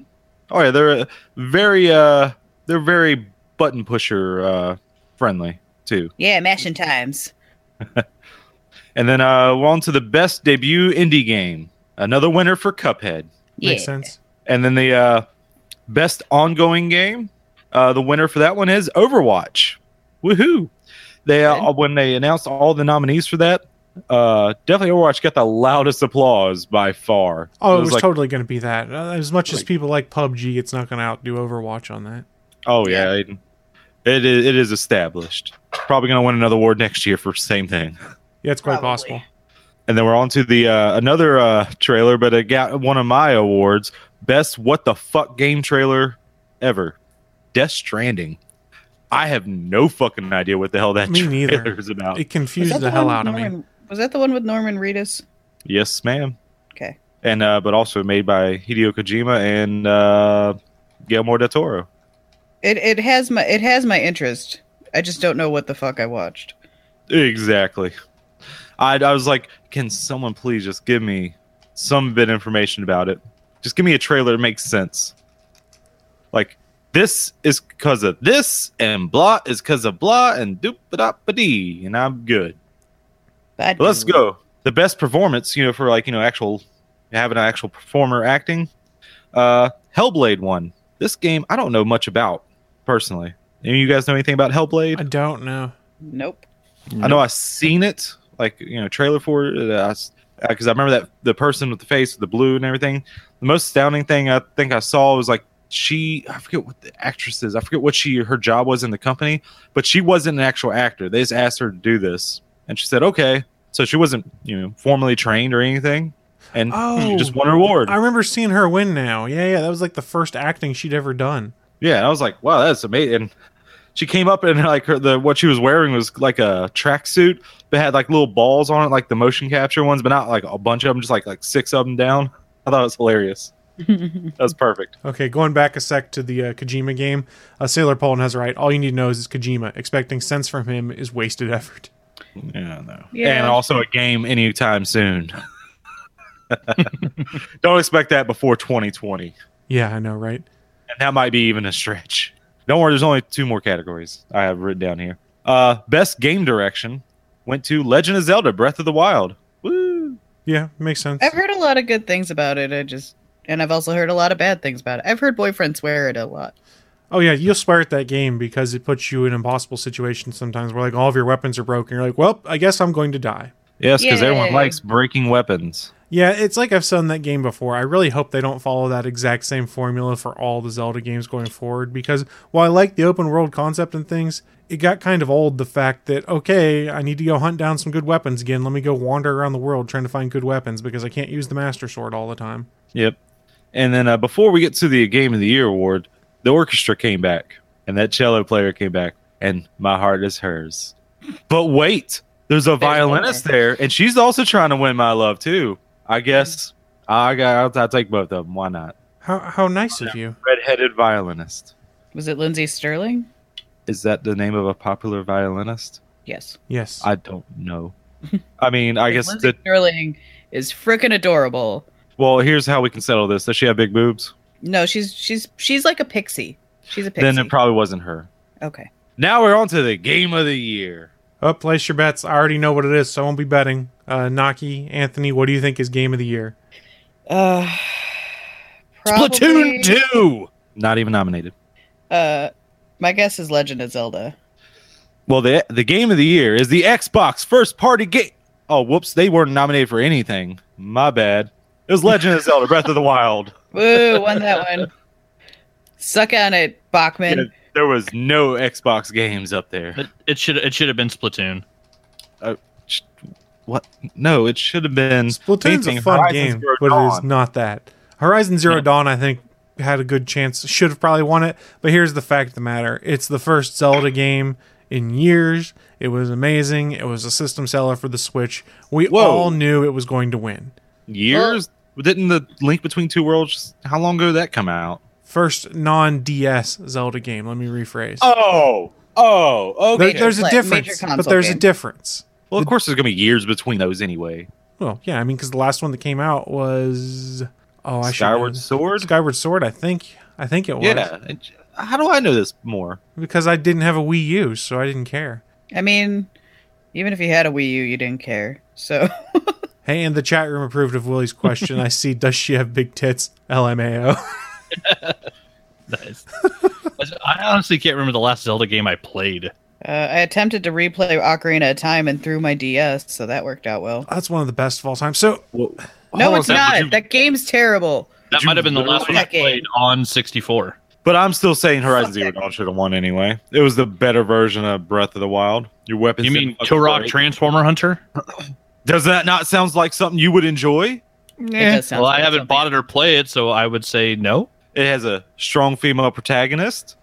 S10: Oh yeah, they're uh, very uh they're very button pusher uh friendly too.
S6: yeah, mashing times.
S10: And then uh we're on to the best debut indie game. Another winner for Cuphead.
S7: Makes
S6: Yeah.
S7: sense.
S10: And then the uh best ongoing game, uh the winner for that one is Overwatch. Woohoo. They uh, when they announced all the nominees for that, uh, definitely Overwatch got the loudest applause by far.
S7: Oh, it was,
S10: like-
S7: totally going to be that. Uh, as much as people like PUBG, it's not going to outdo Overwatch on that.
S10: Oh yeah, it, it is. It is established. Probably going to win another award next year for same thing.
S7: Yeah, it's quite possible.
S10: And then we're on to the uh, another uh, trailer, but it got one of my awards: best what the fuck game trailer ever. Death Stranding. I have no fucking idea what the hell that
S7: Me neither.
S10: trailer is about.
S7: It confused
S6: that
S7: the,
S6: the
S7: hell
S6: one
S7: out of me.
S6: Norman- Was that the one with Norman Reedus?
S10: Yes, ma'am.
S6: Okay.
S10: And uh, but also made by Hideo Kojima and uh, Guillermo del Toro.
S6: It it has my it has my interest. I just don't know what the fuck I watched.
S10: Exactly. I, I was like, can someone please just give me some bit of information about it? Just give me a trailer that makes sense. Like, this is because of this, and blah is because of blah, and doop da ba dee, and I'm good.
S6: But
S10: let's go. The best performance, you know, for like, you know, actual, having an actual performer acting. Uh, Hellblade 1. This game, I don't know much about, personally. Any of you guys know anything about Hellblade?
S7: I don't know.
S6: Nope.
S10: I know I've seen it, like you know, trailer for it. Because uh, I, 'cause I remember that the person with the face, with the blue and everything. The most astounding thing I think I saw was like she. I forget what the actress is. I forget what she her job was in the company, but she wasn't an actual actor. They just asked her to do this, and she said okay. So she wasn't you know formally trained or anything, and she just won her award.
S7: Oh, I remember seeing her win now. Yeah, yeah, that was like the first acting she'd ever done.
S10: Yeah, and I was like, wow, that's amazing. And she came up and like her the what she was wearing was like a tracksuit that had like little balls on it, like the motion capture ones, but not like a bunch of them, just like like six of them down. I thought it was hilarious. that was perfect.
S7: Okay, going back a sec to the uh, Kojima game, uh, Sailor Paulin has right. All you need to know is it's Kojima. Expecting sense from him is wasted effort.
S10: Yeah, no.
S7: Yeah.
S10: And also a game anytime soon. Don't expect that before 2020, and
S7: Yeah, I know, right?
S10: that might be even a stretch. Don't worry, there's only two more categories I have written down here. Uh, best game direction went to Legend of Zelda: Breath of the Wild.
S7: Yeah, makes sense.
S6: I've heard a lot of good things about it. I just and I've also heard a lot of bad things about it. I've heard boyfriend swear it a lot.
S7: Oh yeah, you'll swear at that game because it puts you in impossible situations sometimes where like all of your weapons are broken. You're like, well, I guess I'm going to die.
S10: Yes, because everyone
S7: Yay.
S10: likes breaking weapons.
S7: Yeah, it's like I've said in that game before. I really hope they don't follow that exact same formula for all the Zelda games going forward because while I like the open world concept and things, it got kind of old the fact that, okay, I need to go hunt down some good weapons again. Let me go wander around the world trying to find good weapons because I can't use the Master Sword all the time.
S10: Yep. And then uh, before we get to the Game of the Year award, the orchestra came back, and that cello player came back, and my heart is hers. But wait, there's a violinist there, and she's also trying to win my love too. I guess I got. I'll, I'll take both of them. Why not?
S7: How, how nice of you.
S10: Red-headed violinist.
S6: Was it Lindsay Sterling?
S10: Is that the name of a popular violinist?
S6: Yes.
S7: Yes.
S10: I don't know. I mean, I guess
S6: Lindsay
S10: that.
S6: Sterling is freaking adorable.
S10: Well, here's how we can settle this. Does she have big boobs?
S6: No, she's she's she's like a pixie. She's a pixie.
S10: Then it probably wasn't her.
S6: okay.
S10: Now we're on to the game of the year.
S7: Oh, place your bets. I already know what it is, so I won't be betting. Uh, Naki, Anthony, what do you think is game of the year?
S6: Uh,
S10: Splatoon
S6: Probably-
S10: 2! Not even nominated.
S6: Uh, my guess is Legend of Zelda.
S10: Well, the the game of the year is the Xbox first party game. Oh, whoops. They weren't nominated for anything. My bad. It was Legend of Zelda Breath of the Wild.
S6: Woo, won that one. Suck on it, Bachman.
S10: There was no Xbox games up there.
S5: It, it should it should have been Splatoon.
S10: Uh, sh- what? No, it should have been.
S7: Splatoon's a
S10: anything
S7: fun
S10: Horizon
S7: game,
S10: Zero
S7: but it is
S10: Dawn.
S7: not that. Horizon Zero Dawn, I think, had a good chance. Should have probably won it. But here's the fact of the matter: it's the first Zelda game in years. It was amazing. It was a system seller for the Switch. We all knew it was going to win.
S10: Years? Didn't the Link Between Two Worlds, how long ago did that come out?
S7: First non DS Zelda game. Let me rephrase.
S10: Oh, oh,
S7: There- there's a difference, but there's a difference.
S10: Well, of course, there's gonna be years between those anyway.
S7: Well, yeah, I mean, because the last one that came out was oh, I should know
S10: Skyward
S7: this.
S10: Sword?
S7: Skyward Sword, I think. I think it was.
S10: Yeah. and j- How do I know this more?
S7: because I didn't have a Wii U, so I didn't care.
S6: I mean, even if you had a Wii U, you didn't care. So
S7: Hey, and the chat room approved of Willie's question. I see. Does she have big tits? LMAO.
S5: Nice. I honestly can't remember the last Zelda game I played.
S6: Uh, I attempted to replay Ocarina of Time and threw my DS, so that worked out well.
S7: That's one of the best of all time. So
S6: No,
S7: Hold on
S6: it's
S7: a second,
S6: not.
S7: did you-
S6: That game's terrible.
S5: That might have been the last one I
S6: That game.
S5: played on 64.
S10: But I'm still saying Horizon Zero Dawn should have won anyway. It was the better version of Breath of the Wild. Your weapons.
S5: You
S10: didn't
S5: mean
S10: fucking
S5: Turok
S10: break.
S5: Transformer Hunter?
S10: Does that not sounds like something you would enjoy?
S5: well, I haven't bought it or played it, so I would say no.
S10: It has a strong female protagonist.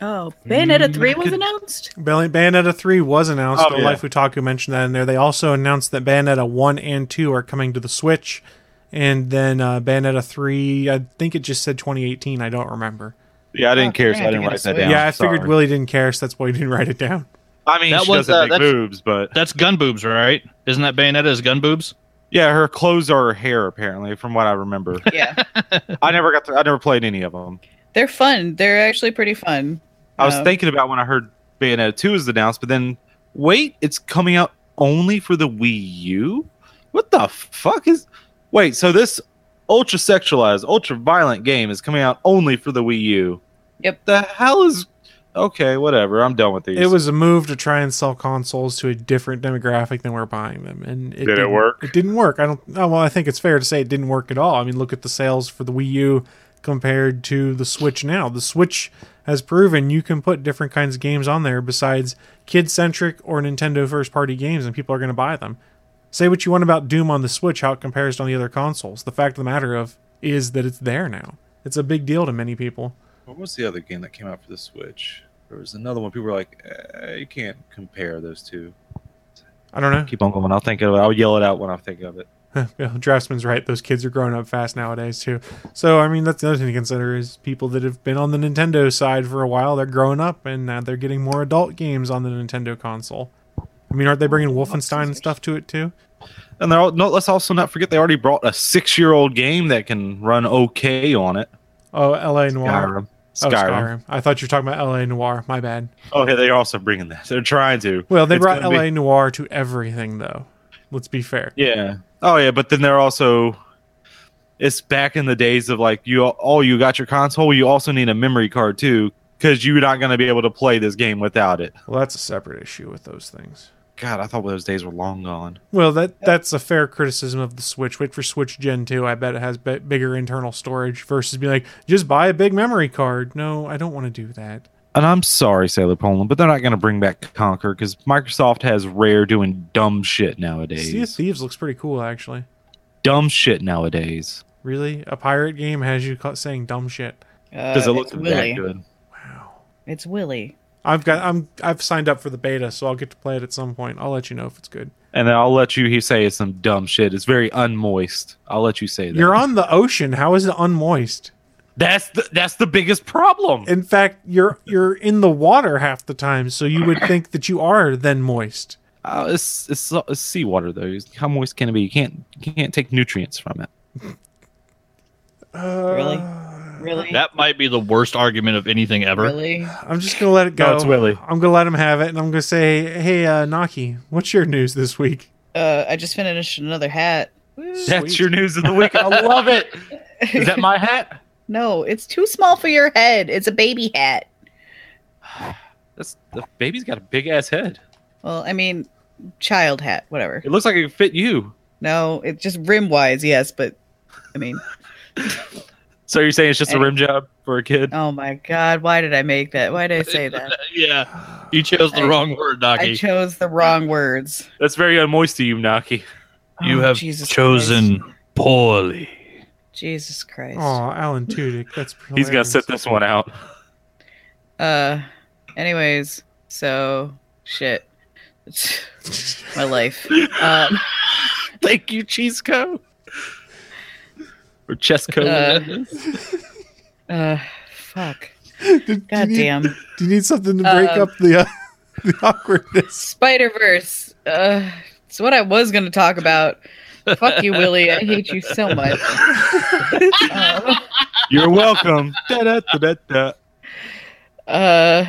S6: Oh, Bayonetta 3 was announced?
S7: Bay- Bayonetta 3 was announced.
S10: Oh,
S7: Oh,
S10: yeah.
S7: Life Utaku mentioned that in there. They also announced that Bayonetta 1 and 2 are coming to the Switch. And then uh, Bayonetta 3, I think it just said 2018. I don't remember.
S10: Yeah, I didn't care, so I
S7: Yeah,
S10: didn't write that down.
S7: Yeah, I figured
S10: Sorry.
S7: Willie didn't care, so that's why he didn't write it down.
S10: I mean,
S5: That
S10: she
S5: was,
S10: doesn't
S5: uh,
S10: make
S5: that's-
S10: boobs, but
S5: That's gun boobs, right? Isn't that Bayonetta's gun boobs?
S10: yeah, her clothes are her hair. Apparently, from what I remember,
S6: Yeah.
S10: I never got. To, I never played any of them.
S6: They're fun. They're actually pretty fun.
S10: I was
S7: Oh.
S6: Uh,
S10: thinking about when I heard Bayonetta 2 is announced, but then wait, it's coming out only for the Wii U? What the fuck is. Wait, so this ultra sexualized, ultra violent game is coming out only for the Wii U?
S6: Yep.
S10: The hell is. Okay, whatever. I'm done with these.
S7: It was a move to try and sell consoles to a different demographic than we're buying them. And it
S10: Did it
S7: didn't-
S10: work?
S7: It didn't work. I don't. Oh, well, I think it's fair to say it didn't work at all. I mean, look at the sales for the Wii U compared to the Switch now. The Switch has proven you can put different kinds of games on there besides kid-centric or Nintendo first-party games, and people are going to buy them. Say what you want about Doom on the Switch, how it compares to the other consoles. The fact of the matter of is that it's there now. It's a big deal to many people.
S10: What was the other game that came out for the Switch? There was another one. People were like, eh, you can't compare those two.
S7: I don't know.
S10: Keep on going. I'll think of it. I'll yell it out when I think of it.
S7: yeah, draftsman's right. Those kids are growing up fast nowadays too. So I mean, that's the other thing to consider is people that have been on the Nintendo side for a while. They're growing up and now they're getting more adult games on the Nintendo console. I mean, aren't they bringing Wolfenstein and stuff to it too?
S10: And they're all, no, let's also not forget they already brought a six-year-old game that can run okay on it.
S7: Oh, L.A. Noir.
S10: Skyrim.
S7: Oh,
S10: Skyrim.
S7: Skyrim. I thought you were talking about L.A. Noir. My bad.
S10: Oh, yeah, they're also bringing that. They're trying to.
S7: Well, they
S10: It's
S7: brought
S10: gonna
S7: L.A.
S10: be-
S7: Noir to everything though. Let's be fair.
S10: yeah. Oh, yeah, but then they're also. It's back in the days of like you. Oh, you got your console. You also need a memory card too, because you're not going to be able to play this game without it.
S7: Well, that's a separate issue with those things.
S10: God, I thought those days were long gone.
S7: Well, that that's a fair criticism of the Switch. Wait for Switch Gen 2. I bet it has b- bigger internal storage versus being like, just buy a big memory card. No, I don't want to do that.
S10: And I'm sorry, Sailor Poland, but they're not going to bring back Conquer because Microsoft has Rare doing dumb shit nowadays.
S7: Sea of Thieves looks pretty cool, actually.
S10: Dumb shit nowadays.
S7: Really? A pirate game has you ca- saying dumb shit.
S6: Uh,
S10: Does it look
S6: it's
S10: that
S6: Willy.
S10: good?
S6: It's Willy.
S7: I've got I'm I've signed up for the beta, so I'll get to play it at some point. I'll let you know if it's good.
S10: And then I'll let you he- say it's some dumb shit. It's very unmoist. I'll let you say that.
S7: You're on the ocean. How is it unmoist?
S10: That's the that's the biggest problem.
S7: In fact, you're you're in the water half the time, so you would think that you are then moist.
S10: Uh, it's, it's it's seawater though. How moist can it be? You can't you can't take nutrients from it.
S6: Really? Really?
S5: That might be the worst argument of anything ever.
S6: Really?
S7: I'm just gonna let it go.
S5: No, it's Willy.
S7: I'm gonna let him have it, and I'm gonna say, "Hey, uh, Naki, what's your news this week?"
S6: Uh, I just finished another hat.
S10: That's your news of the week. I love it. Is that my hat?
S6: No, it's too small for your head. It's a baby hat.
S10: That's the baby's got a big ass head.
S6: Well, I mean, child hat, whatever.
S10: It looks like it could fit you.
S6: No, it's just rim wise, yes, but I mean,
S10: So you're saying it's just a rim job for a kid?
S6: oh my god, why did I make that? Why did I say that?
S5: yeah, you chose the wrong word,
S6: I
S5: Naki.
S6: chose the wrong words.
S10: That's very unmoist to you, Naki.
S5: you
S6: Oh,
S5: have
S6: Jesus
S5: chosen poorly.
S6: Jesus Christ.
S7: Oh, Alan Tudyk, that's
S10: He's gonna
S7: hilarious.
S10: sit this one out.
S6: Uh, anyways, so shit. It's my life. Um,
S10: Thank you, Cheese Co. Or Chesco.
S6: Uh, uh, fuck.
S7: Did- do you need-
S6: Goddamn.
S7: Do you need something to break
S6: Um,
S7: up the uh, the awkwardness?
S6: Spider Verse. Uh, it's what I was gonna talk about. Fuck you, Willie. I hate you so much. Um,
S10: You're welcome. Da-da-da-da-da.
S6: Uh,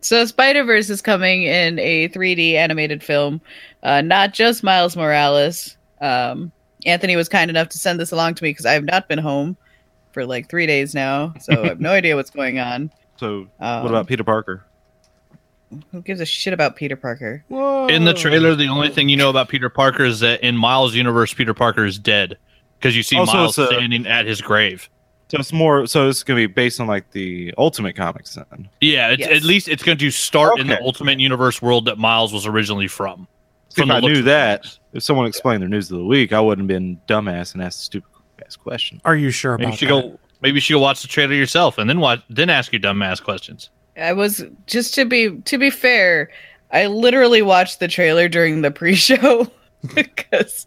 S6: so Spider Verse is coming in a 3D animated film, uh, not just Miles Morales. Um, Anthony was kind enough to send this along to me because I have not been home for like three days now, so I have no idea what's going on.
S10: So,
S6: Um,
S10: what about Peter Parker?
S6: Who gives a shit about Peter Parker?
S5: In the trailer, the only thing you know about Peter Parker is that in Miles' universe, Peter Parker is dead because you see
S10: Also,
S5: Miles
S10: it's a-
S5: standing at his grave.
S10: So it's more. So it's gonna be based on like the Ultimate Comics then.
S5: Yeah, it's, at least it's going to start in the Ultimate Universe world that Miles was originally from.
S10: See,
S5: From
S10: if
S5: the
S10: I
S5: looks
S10: knew
S5: of
S10: that, if someone explained their news of the week, I wouldn't have been dumbass and asked a stupid ass question.
S7: Are you sure
S5: Maybe you should go. Maybe you should go watch the trailer yourself and then watch, then ask your dumbass questions.
S6: I was just to be to be fair, I literally watched the trailer during the pre-show because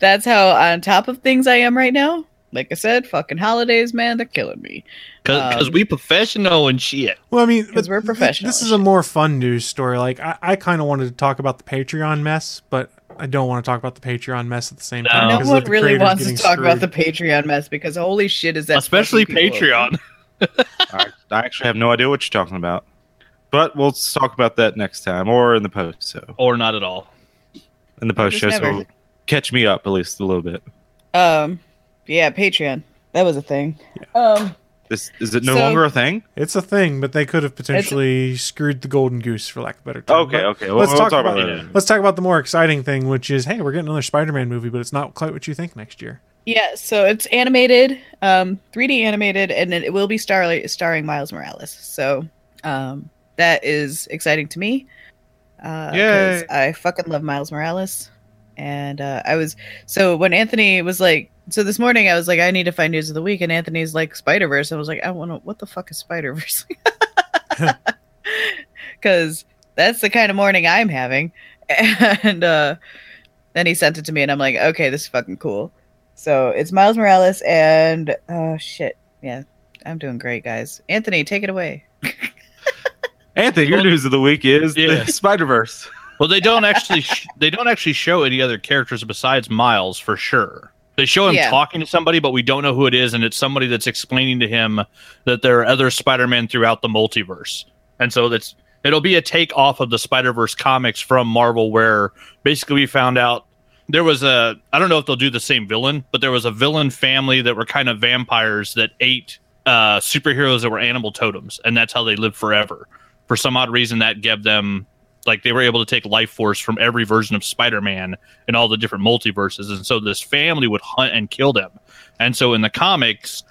S6: that's how on top of things I am right now. Like I said, fucking holidays, man, they're killing me.
S5: Because
S10: Um,
S5: we professional and shit.
S7: Well, I mean, but
S6: we're
S7: th-
S6: professional
S7: This is a more fun news story. Like, I, I kind of wanted to talk about the Patreon mess, but I don't want to talk about the Patreon mess at the same time.
S6: No
S7: 'cause
S6: one
S7: the
S6: really
S7: creators
S6: wants to
S7: getting
S6: talk about the
S7: screwed.
S6: Patreon mess because holy shit is that
S5: Especially
S6: fucking people.
S5: Patreon.
S10: I, I actually have no idea what you're talking about, but we'll s- talk about that next time or in the post show.
S5: Or not at all.
S10: In the post show,
S6: just
S10: so
S6: never-
S10: it'll catch me up at least a little bit.
S6: Um, yeah, Patreon. That was a thing. Um,
S10: This is it no
S6: So-
S10: longer a thing?
S7: It's a thing, but they could have potentially screwed the golden goose, for lack of a better term.
S10: Okay,
S7: But
S10: okay. We'll- we'll talk about that later.
S7: Let's talk about the more exciting thing, which is, hey, we're getting another Spider-Man movie, but it's not quite what you think next year.
S6: yeah, so it's animated, um, 3D animated, and it will be star- starring Miles Morales. So, um, that is exciting to me. Uh, 'cause
S10: Yay.
S6: I fucking love Miles Morales, and uh, I was so when Anthony was like, so this morning I was like, I need to find news of the week, and Anthony's like Spider Verse. I was like, I want to. What the fuck is Spider Verse? Because that's the kind of morning I'm having, and uh, then he sent it to me, and I'm like, okay, this is fucking cool. So it's Miles Morales and oh shit, yeah, I'm doing great, guys. Anthony, take it away.
S10: Anthony, your news of the week is
S5: Yeah.
S10: the Spider Verse.
S5: Well, they don't actually sh- they don't actually show any other characters besides Miles for sure. They show him
S6: Yeah.
S5: talking to somebody, but we don't know who it is, and it's somebody that's explaining to him that there are other Spider-Man throughout the multiverse, and so that's it'll be a take off of the Spider-Verse comics from Marvel, where basically we found out there was a I don't know if they'll do the same villain, but there was a villain family that were kind of vampires that ate uh, superheroes that were animal totems, and that's how they lived forever. For some odd reason, that gave them like they were able to take life force from every version of Spider-Man in all the different multiverses, and so this family would hunt and kill them. And so in the comics,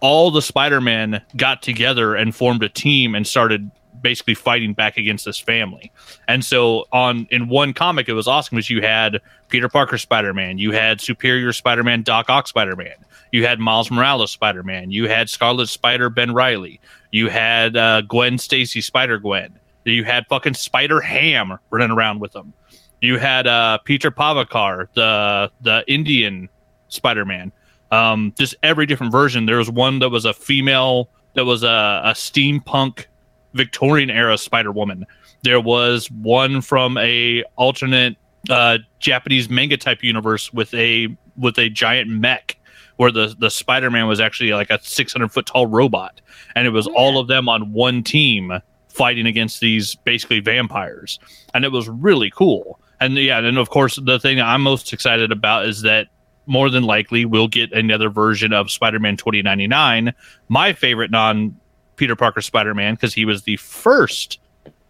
S5: all the Spider-Men got together and formed a team and started basically fighting back against this family. And so on in one comic it was awesome because you had Peter Parker Spider-Man, you had Superior Spider-Man, Doc Ock Spider-Man, you had Miles Morales Spider-Man, you had Scarlet Spider Ben Riley, you had uh, Gwen Stacy Spider-Gwen, you had fucking Spider-Ham running around with them. You had uh, Peter Pavakar, the the Indian Spider-Man. Um, just every different version. There was one that was a female, that was a, a steampunk Victorian era Spider Woman. There was one from a alternate uh, Japanese manga type universe with a with a giant mech, where the the Spider Man was actually like a 600 foot tall robot, and it was all of them on one team fighting against these basically vampires, and it was really cool. And yeah, and of course the thing that I'm most excited about is that more than likely we'll get another version of Spider-Man 2099, my favorite non Peter Parker Spider-Man because he was the first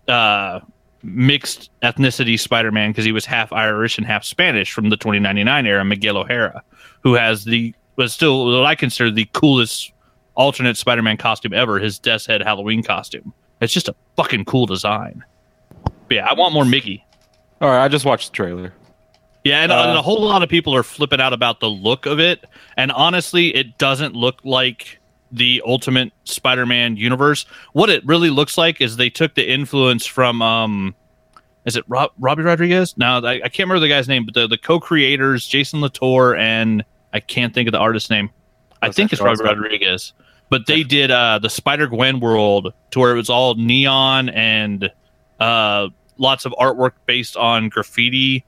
S5: uh, mixed ethnicity Spider-Man because he was half Irish and half Spanish from the 2099 era, Miguel O'Hara, who has the was still what I consider the coolest alternate Spider-Man costume ever, his Death's Head Halloween costume. It's just a fucking cool design. But yeah, I want more Mickey.
S10: All right, I just watched the trailer.
S5: Yeah, and,
S10: Uh,
S5: and a whole lot of people are flipping out about the look of it. And honestly, it doesn't look like the Ultimate Spider-Man universe. What it really looks like is they took the influence from, um, is it Rob, Robbie Rodriguez? No, I, I can't remember the guy's name, but the, the co-creators, Jason Latour, and I can't think of the artist's name. I
S10: That's
S5: think it's
S10: actually
S5: Robbie
S10: awesome.
S5: Rodriguez. But they did uh, the Spider Gwen world to where it was all neon and uh, lots of artwork based on graffiti,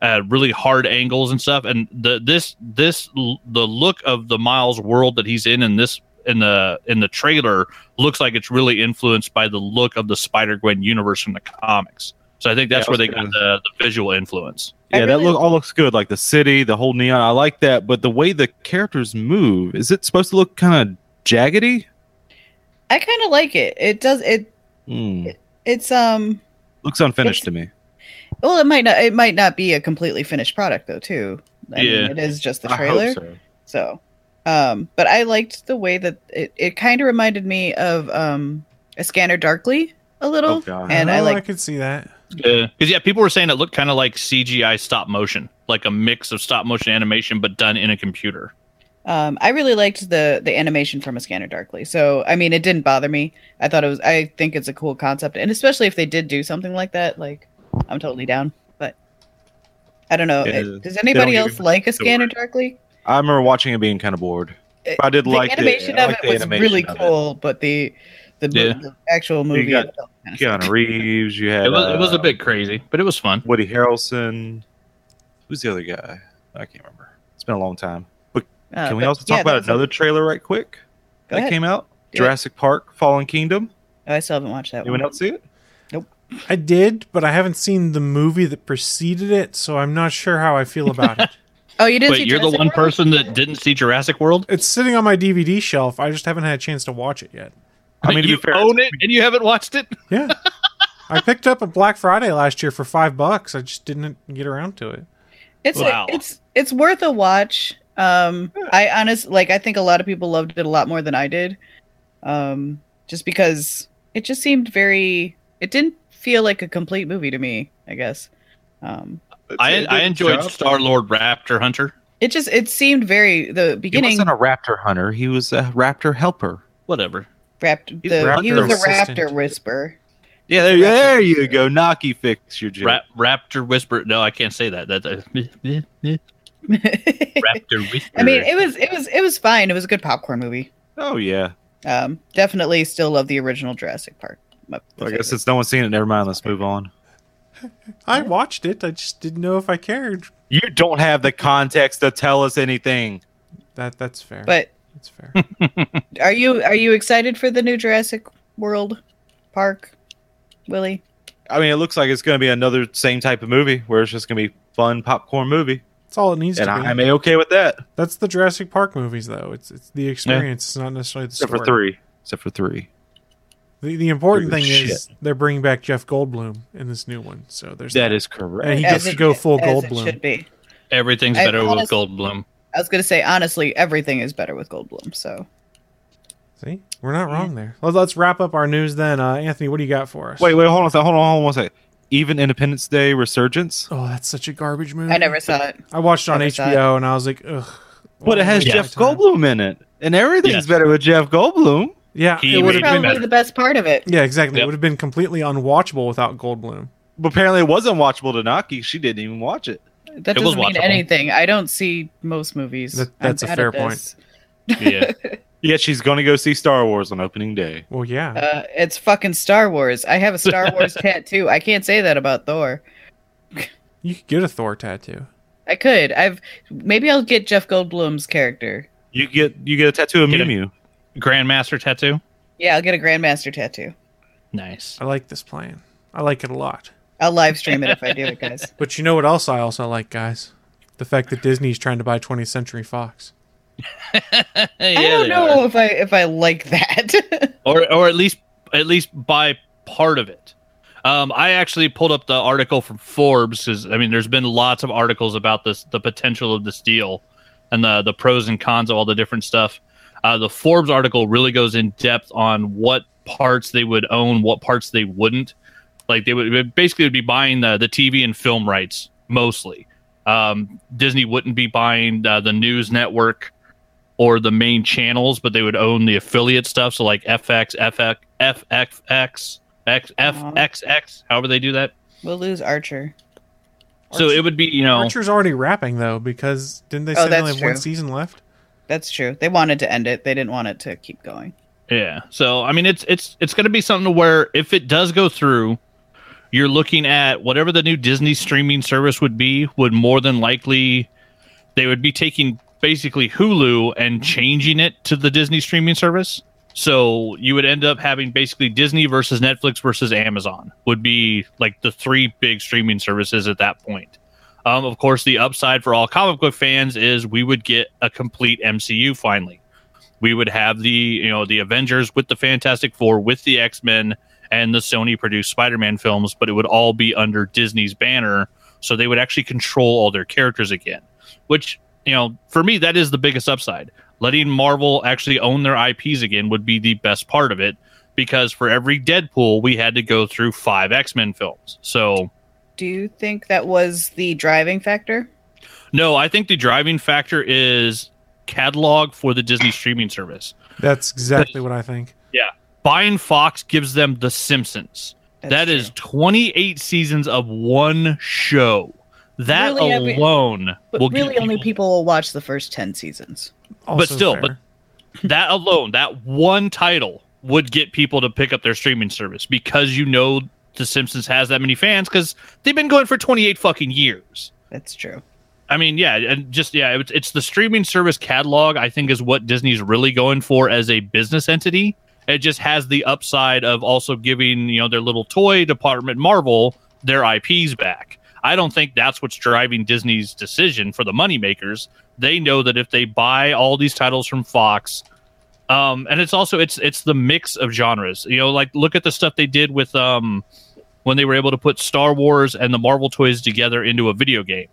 S5: uh, really hard angles and stuff. And the this this l- the look of the Miles world that he's in in this in the in the trailer looks like it's really influenced by the look of the Spider Gwen universe from the comics. So I think that's
S10: Yeah, I was
S5: where they
S10: gonna-
S5: got the, the visual influence.
S10: Yeah, that look all looks good. Like the city, the whole neon. I like that, but the way the characters move, is it supposed to look kind of jaggedy?
S6: I kind of like it. It does it
S10: Hmm.
S6: It's um
S10: Looks unfinished to me.
S6: well it might not it might not be a completely finished product though too. I mean,
S10: Yeah.
S6: it is just the
S10: I hope
S6: trailer.
S10: so.
S6: so. um but I liked the way that it, it kind of reminded me of um a scanner darkly a
S10: Oh,
S6: little. and I like
S7: Oh, could see that.
S5: because yeah, people were saying it looked kind of like CGI stop motion, like a mix of stop motion animation but done in a computer.
S6: Um, I really liked the the animation from A Scanner Darkly. So I mean, it didn't bother me. I thought it was. I think it's a cool concept, and especially if they did do something like that, like I'm totally down. But I don't know.
S10: Yeah,
S6: Uh, Does
S10: they
S6: anybody
S10: don't give
S6: else like A
S10: the
S6: Scanner
S10: word.
S6: Darkly?
S10: I remember watching it being kind of bored.
S6: It-
S10: I did
S6: Uh, the
S10: like
S6: animation
S10: the, I
S6: of
S10: liked
S6: it
S10: the
S6: was
S10: animation
S6: really
S10: of it.
S6: cool, but the the, mo-
S10: Yeah.
S6: the actual movie.
S10: You got
S6: itself-
S10: Keanu Reeves. You had
S5: It was- it was a
S10: bit
S5: crazy, but it was fun.
S10: Woody Harrelson. Who's the other guy? I can't remember. It's been a long time. But
S5: Uh,
S10: can we
S5: but-
S10: also
S5: yeah,
S10: talk
S5: that
S10: about
S5: was a-
S10: another trailer right quick
S6: Go
S10: that
S6: ahead.
S10: came out?
S6: Do it.
S10: Jurassic Park: Fallen Kingdom.
S6: Oh, I still haven't watched that.
S10: Anyone
S6: one.
S10: else see it?
S7: I did, but I haven't seen the movie that preceded it, so I'm not sure how I feel about it.
S6: Oh, you
S5: Wait, you're the one person that didn't see Jurassic World.
S7: It's sitting on my DVD shelf. I just haven't had a chance to watch it yet.
S10: I mean,
S5: you own it and you haven't watched it.
S7: Yeah. I picked up a Black Friday last year for five bucks. I just didn't get around to it.
S6: It's
S7: Wow.
S6: it's it's worth a watch. Um, I honest like I think a lot of people loved it a lot more than I did. Um, just because it just seemed very. It didn't feel like a complete movie to me. I guess. Um,
S5: I, I enjoyed
S10: job.
S5: Star Lord Raptor Hunter.
S6: it just it seemed very the beginning.
S10: He wasn't a raptor hunter. He was a raptor helper.
S5: Whatever.
S6: Rapt- the,
S10: raptor
S6: he was a
S10: assistant.
S6: raptor whisper.
S10: Yeah, there, there you go. Knocky fix your joke.
S5: Rap, Raptor Whisper. No, I can't say that. uh, That's a, Raptor Whisper.
S6: I mean, it was it was it was fine. It was a good popcorn movie.
S10: oh yeah.
S6: Um, definitely still love the original Jurassic Park. My-
S10: Well, I guess since no one's seen it, never mind. Let's move on.
S7: I watched it. I just didn't know if I cared.
S10: You don't have the context to tell us anything.
S7: That that's fair.
S6: But
S7: that's fair.
S6: Are you are you excited for the new Jurassic World Park, Willie?
S10: I mean, it looks like it's going to be another same type of movie where it's just going to be fun popcorn movie.
S7: That's all it needs
S10: And
S7: to be.
S10: I'm a okay with that.
S7: That's the Jurassic Park movies, though. It's it's the experience. It's not necessarily the
S10: Except
S7: story.
S10: for three. Except for three.
S7: The, the important
S10: Three
S7: thing
S10: was
S7: is they're bringing back Jeff Goldblum in this new one. So there's
S10: That is correct.
S7: And he
S6: As
S7: gets to
S6: it-
S7: go full
S6: as it
S7: Goldblum.
S6: should be.
S5: Everything's
S6: I-
S5: better with
S6: honestly-
S5: Goldblum.
S6: I was gonna say honestly, everything is better with Goldblum. So
S7: See, we're not wrong there. Well, let's wrap up our news then. Uh, Anthony, what do you got for us?
S10: Wait, wait, hold on, a sec- hold on, hold on one second. Even Independence Day Resurgence,
S7: Oh, that's such a garbage movie.
S6: I never saw it.
S7: I watched it on
S6: Never saw it.
S7: HBO and I was like, ugh.
S10: but it has
S7: Yeah.
S10: Jeff Goldblum in it, and everything's better with Jeff Goldblum.
S7: Yeah,
S10: He
S7: it would
S6: It's
S7: have been.
S6: probably the best part of it.
S7: Yeah, exactly. It
S10: Yep.
S7: would have been completely unwatchable without Goldblum.
S10: But apparently, it wasn't watchable to Naki. She didn't even watch it.
S6: That doesn't mean anything. I don't see most movies.
S10: That-
S6: I'm
S10: that's a
S6: bad
S10: fair
S6: at this.
S10: Yeah. yeah, she's going to go see Star Wars on opening day.
S7: Well, yeah.
S6: Uh, it's fucking Star Wars. I have a Star Wars tattoo. I can't say that about Thor.
S7: You could get a Thor tattoo.
S6: I could. I've maybe I'll get Jeff Goldblum's character.
S10: You get you get a tattoo of Mew Mew.
S5: Grandmaster tattoo. Oh,
S6: Yeah, I'll get a Grandmaster tattoo.
S5: Nice.
S7: I like this plan. I like it a lot.
S6: I'll live stream it if I do it, guys.
S7: But you know what else I also like, guys? The fact that Disney's trying to buy 20th Century Fox.
S6: I don't know if I if I like that.
S5: or or at least at least buy part of it. Um, I actually pulled up the article from Forbes because I mean, there's been lots of articles about this, the potential of this deal, and the the pros and cons of all the different stuff. Uh, the Forbes article really goes in depth on what parts they would own, what parts they wouldn't. Like they would it basically would be buying the the TV and film rights mostly. Um, Disney wouldn't be buying uh, the news network or the main channels, but they would own the affiliate stuff. So like FX, FX, FXX, X, FXX, however they do that.
S6: we'll lose Archer.
S5: So it would be, you know,
S7: Archer's already rapping, though, because didn't they say
S6: Oh,
S7: they
S6: that's
S7: only have one
S6: true.
S7: season left?
S6: That's true. They wanted to end it. They didn't want it to keep going.
S5: yeah. So I mean, it's it's it's going to be something to where if it does go through, you're looking at whatever the new Disney streaming service would be would more than likely they would be taking basically Hulu and changing it to the Disney streaming service. So you would end up having basically Disney versus Netflix versus Amazon would be like the three big streaming services at that point. Um, of course, the upside for all comic book fans is we would get a complete MCU finally. We would have the you know the Avengers with the Fantastic Four with the X Men and the Sony produced Spider Man films, but it would all be under Disney's banner. So they would actually control all their characters again, which, you know, for me, that is the biggest upside. Letting Marvel actually own their IPs again would be the best part of it because for every Deadpool, we had to go through five X Men films. So.
S6: Do you think that was the driving factor?
S5: No, I think the driving factor is catalog for the Disney streaming service.
S7: That's exactly what I think.
S5: Yeah. Buying Fox gives them The Simpsons. That's 28 seasons of one show. That
S6: Really, I mean-
S5: alone
S6: But
S5: will
S6: really,
S5: get
S6: only people will watch the first 10 seasons.
S5: but still, but that alone, that one title would get people to pick up their streaming service because you know The Simpsons has that many fans because they've been going for 28 fucking years.
S6: That's true.
S5: I mean, yeah, and just yeah, it's, it's the streaming service catalog. I think is what Disney's really going for as a business entity. It just has the upside of also giving you know their little toy department, Marvel, their IPs back. I don't think that's what's driving Disney's decision for the moneymakers. They know that if they buy all these titles from Fox, um, and it's also it's it's the mix of genres. You know, like look at the stuff they did with um, when they were able to put Star Wars and the Marvel toys together into a video game.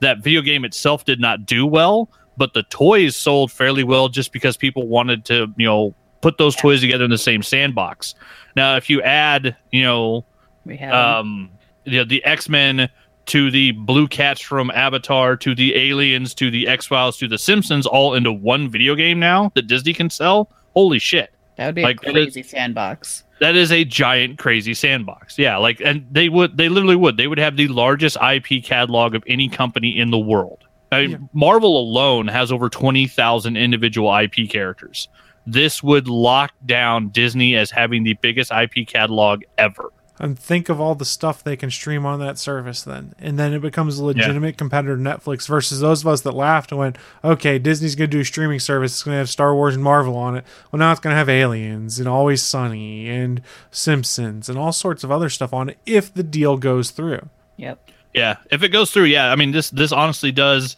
S5: That video game itself did not do well, but the toys sold fairly well just because people wanted to, you know, put those toys together in the same sandbox. Now, if you add, you know,
S6: we have
S5: um, you know, the X Men to the Blue Cats from Avatar to the Aliens to the X Files to the Simpsons all into one video game now that Disney can sell. Holy shit!
S6: That would be
S5: Like,
S6: a
S5: that is-
S6: crazy sandbox.
S5: that is a giant crazy sandbox. Yeah, like and they would they literally would. They would have the largest IP catalog of any company in the world. I mean, Marvel alone has over 20,000 individual IP characters. This would lock down Disney as having the biggest IP catalog ever.
S7: And think of all the stuff they can stream on that service then. And then it becomes a legitimate competitor to Netflix versus those of us that laughed and went, okay, Disney's going to do a streaming service. It's going to have Star Wars and Marvel on it. Well, now it's going to have Aliens and Always Sunny and Simpsons and all sorts of other stuff on it if the deal goes through.
S6: Yep.
S5: Yeah, if it goes through, yeah. I mean, this this honestly does.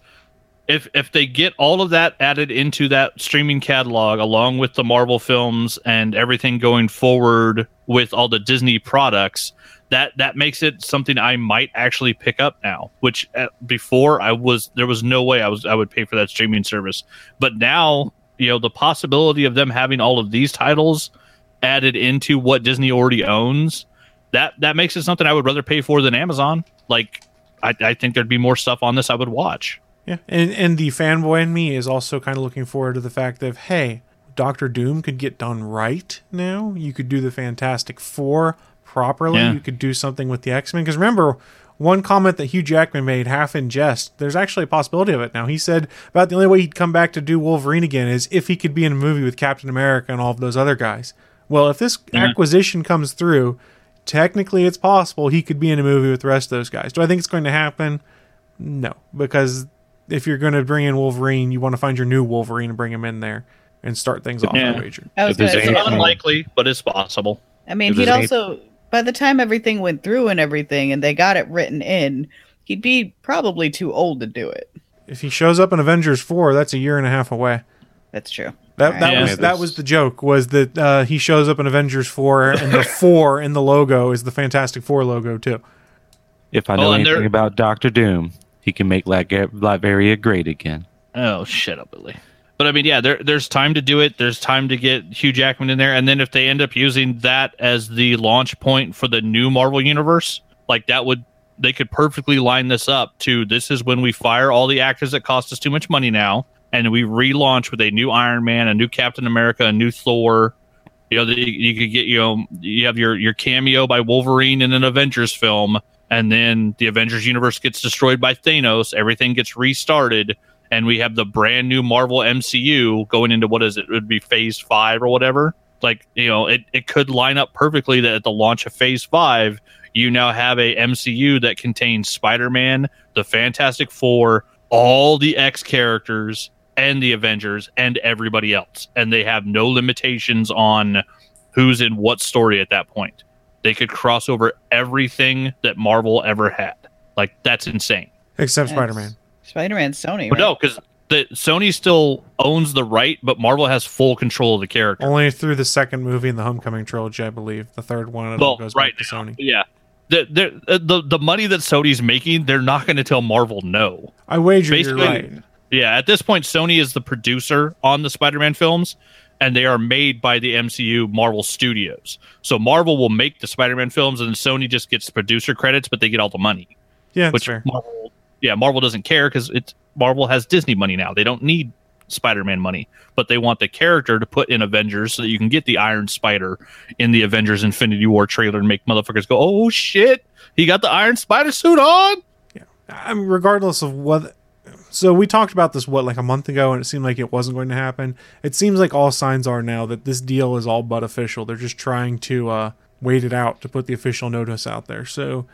S5: If if they get all of that added into that streaming catalog, along with the Marvel films and everything going forward with all the Disney products, that that makes it something I might actually pick up now. Which uh, before I was there was no way I was I would pay for that streaming service, but now you know the possibility of them having all of these titles added into what Disney already owns that that makes it something I would rather pay for than Amazon. Like, I, I think there'd be more stuff on this I would watch.
S7: Yeah, and and the fanboy in me is also kind of looking forward to the fact of hey, Doctor Doom could get done right now. You could do the Fantastic Four properly.
S5: Yeah.
S7: You could do something with the X Men because remember. One comment that Hugh Jackman made, half in jest, there's actually a possibility of it now. He said about the only way he'd come back to do Wolverine again is if he could be in a movie with Captain America and all of those other guys. Well, if this acquisition comes through, technically it's possible he could be in a movie with the rest of those guys. Do I think it's going to happen? No, because if you're going to bring in Wolverine, you want to find your new Wolverine and bring him in there and start things off.
S5: Yeah.
S7: I wager.
S6: I was
S5: It's
S6: gonna say-
S5: unlikely, but it's possible.
S6: I mean,
S5: If
S6: he'd
S5: there's any-
S6: also, by the time everything went through and everything and they got it written in, he'd be probably too old to do it.
S7: If he shows up in Avengers four, that's a year and a half away.
S6: That's true.
S7: That that
S6: Yeah.
S7: was that was the joke was that uh, he shows up in Avengers four and the four in the logo is the Fantastic Four logo too.
S10: If I
S7: Oh,
S10: know
S7: and
S10: anything
S7: they're-
S10: about Uh, Doctor Doom, he can make Latga- Latveria great again.
S5: Oh, shut up, Billy. But I mean, yeah, there, there's time to do it. There's time to get Hugh Jackman in there, and then if they end up using that as the launch point for the new Marvel universe, like that would they could perfectly line this up to this is when we fire all the actors that cost us too much money now, and we relaunch with a new Iron Man, a new Captain America, a new Thor. You know, the, you could get you know you have your your cameo by Wolverine in an Avengers film, and then the Avengers universe gets destroyed by Thanos. Everything gets restarted, and we have the brand new Marvel MCU going into what is it? It would be Phase Five or whatever. Like you know, it it could line up perfectly that at the launch of Phase Five, you now have a MCU that contains Spider Man, the Fantastic Four, all the X characters, and the Avengers, and everybody else, and they have no limitations on who's in what story at that point. They could cross over everything that Marvel ever had. Like that's insane.
S7: Except
S6: Yes.
S7: Spider Man.
S6: Spider Man Sony.
S5: But
S6: right?
S5: no, because that Sony still owns the right, but Marvel has full control of the character.
S7: Only through the second movie in the Homecoming trilogy, I believe. The third one, it all
S5: Well,
S7: goes
S5: right
S7: back to Sony.
S5: Yeah. The, the, uh, the, the money that Sony's making, they're not going to tell Marvel no.
S7: I wager
S5: Basically,
S7: you're right.
S5: Yeah, at this point, Sony is the producer on the Spider Man films, and they are made by the MCU Marvel Studios. So Marvel will make the Spider Man films, and Sony just gets producer credits, but they get all the money.
S7: Yeah, that's
S5: which
S7: fair.
S5: Marvel, yeah, Marvel doesn't care because it's Marvel has Disney money now. They don't need Spider Man money, but they want the character to put in Avengers so that you can get the Iron Spider in the Avengers Infinity War trailer and make motherfuckers go, oh shit, he got the Iron Spider suit on.
S7: I mean, regardless of what. So we talked about this what like a month ago, and it seemed like it wasn't going to happen. It seems like all signs are now that this deal is all but official. They're just trying to uh, wait it out to put the official notice out there. So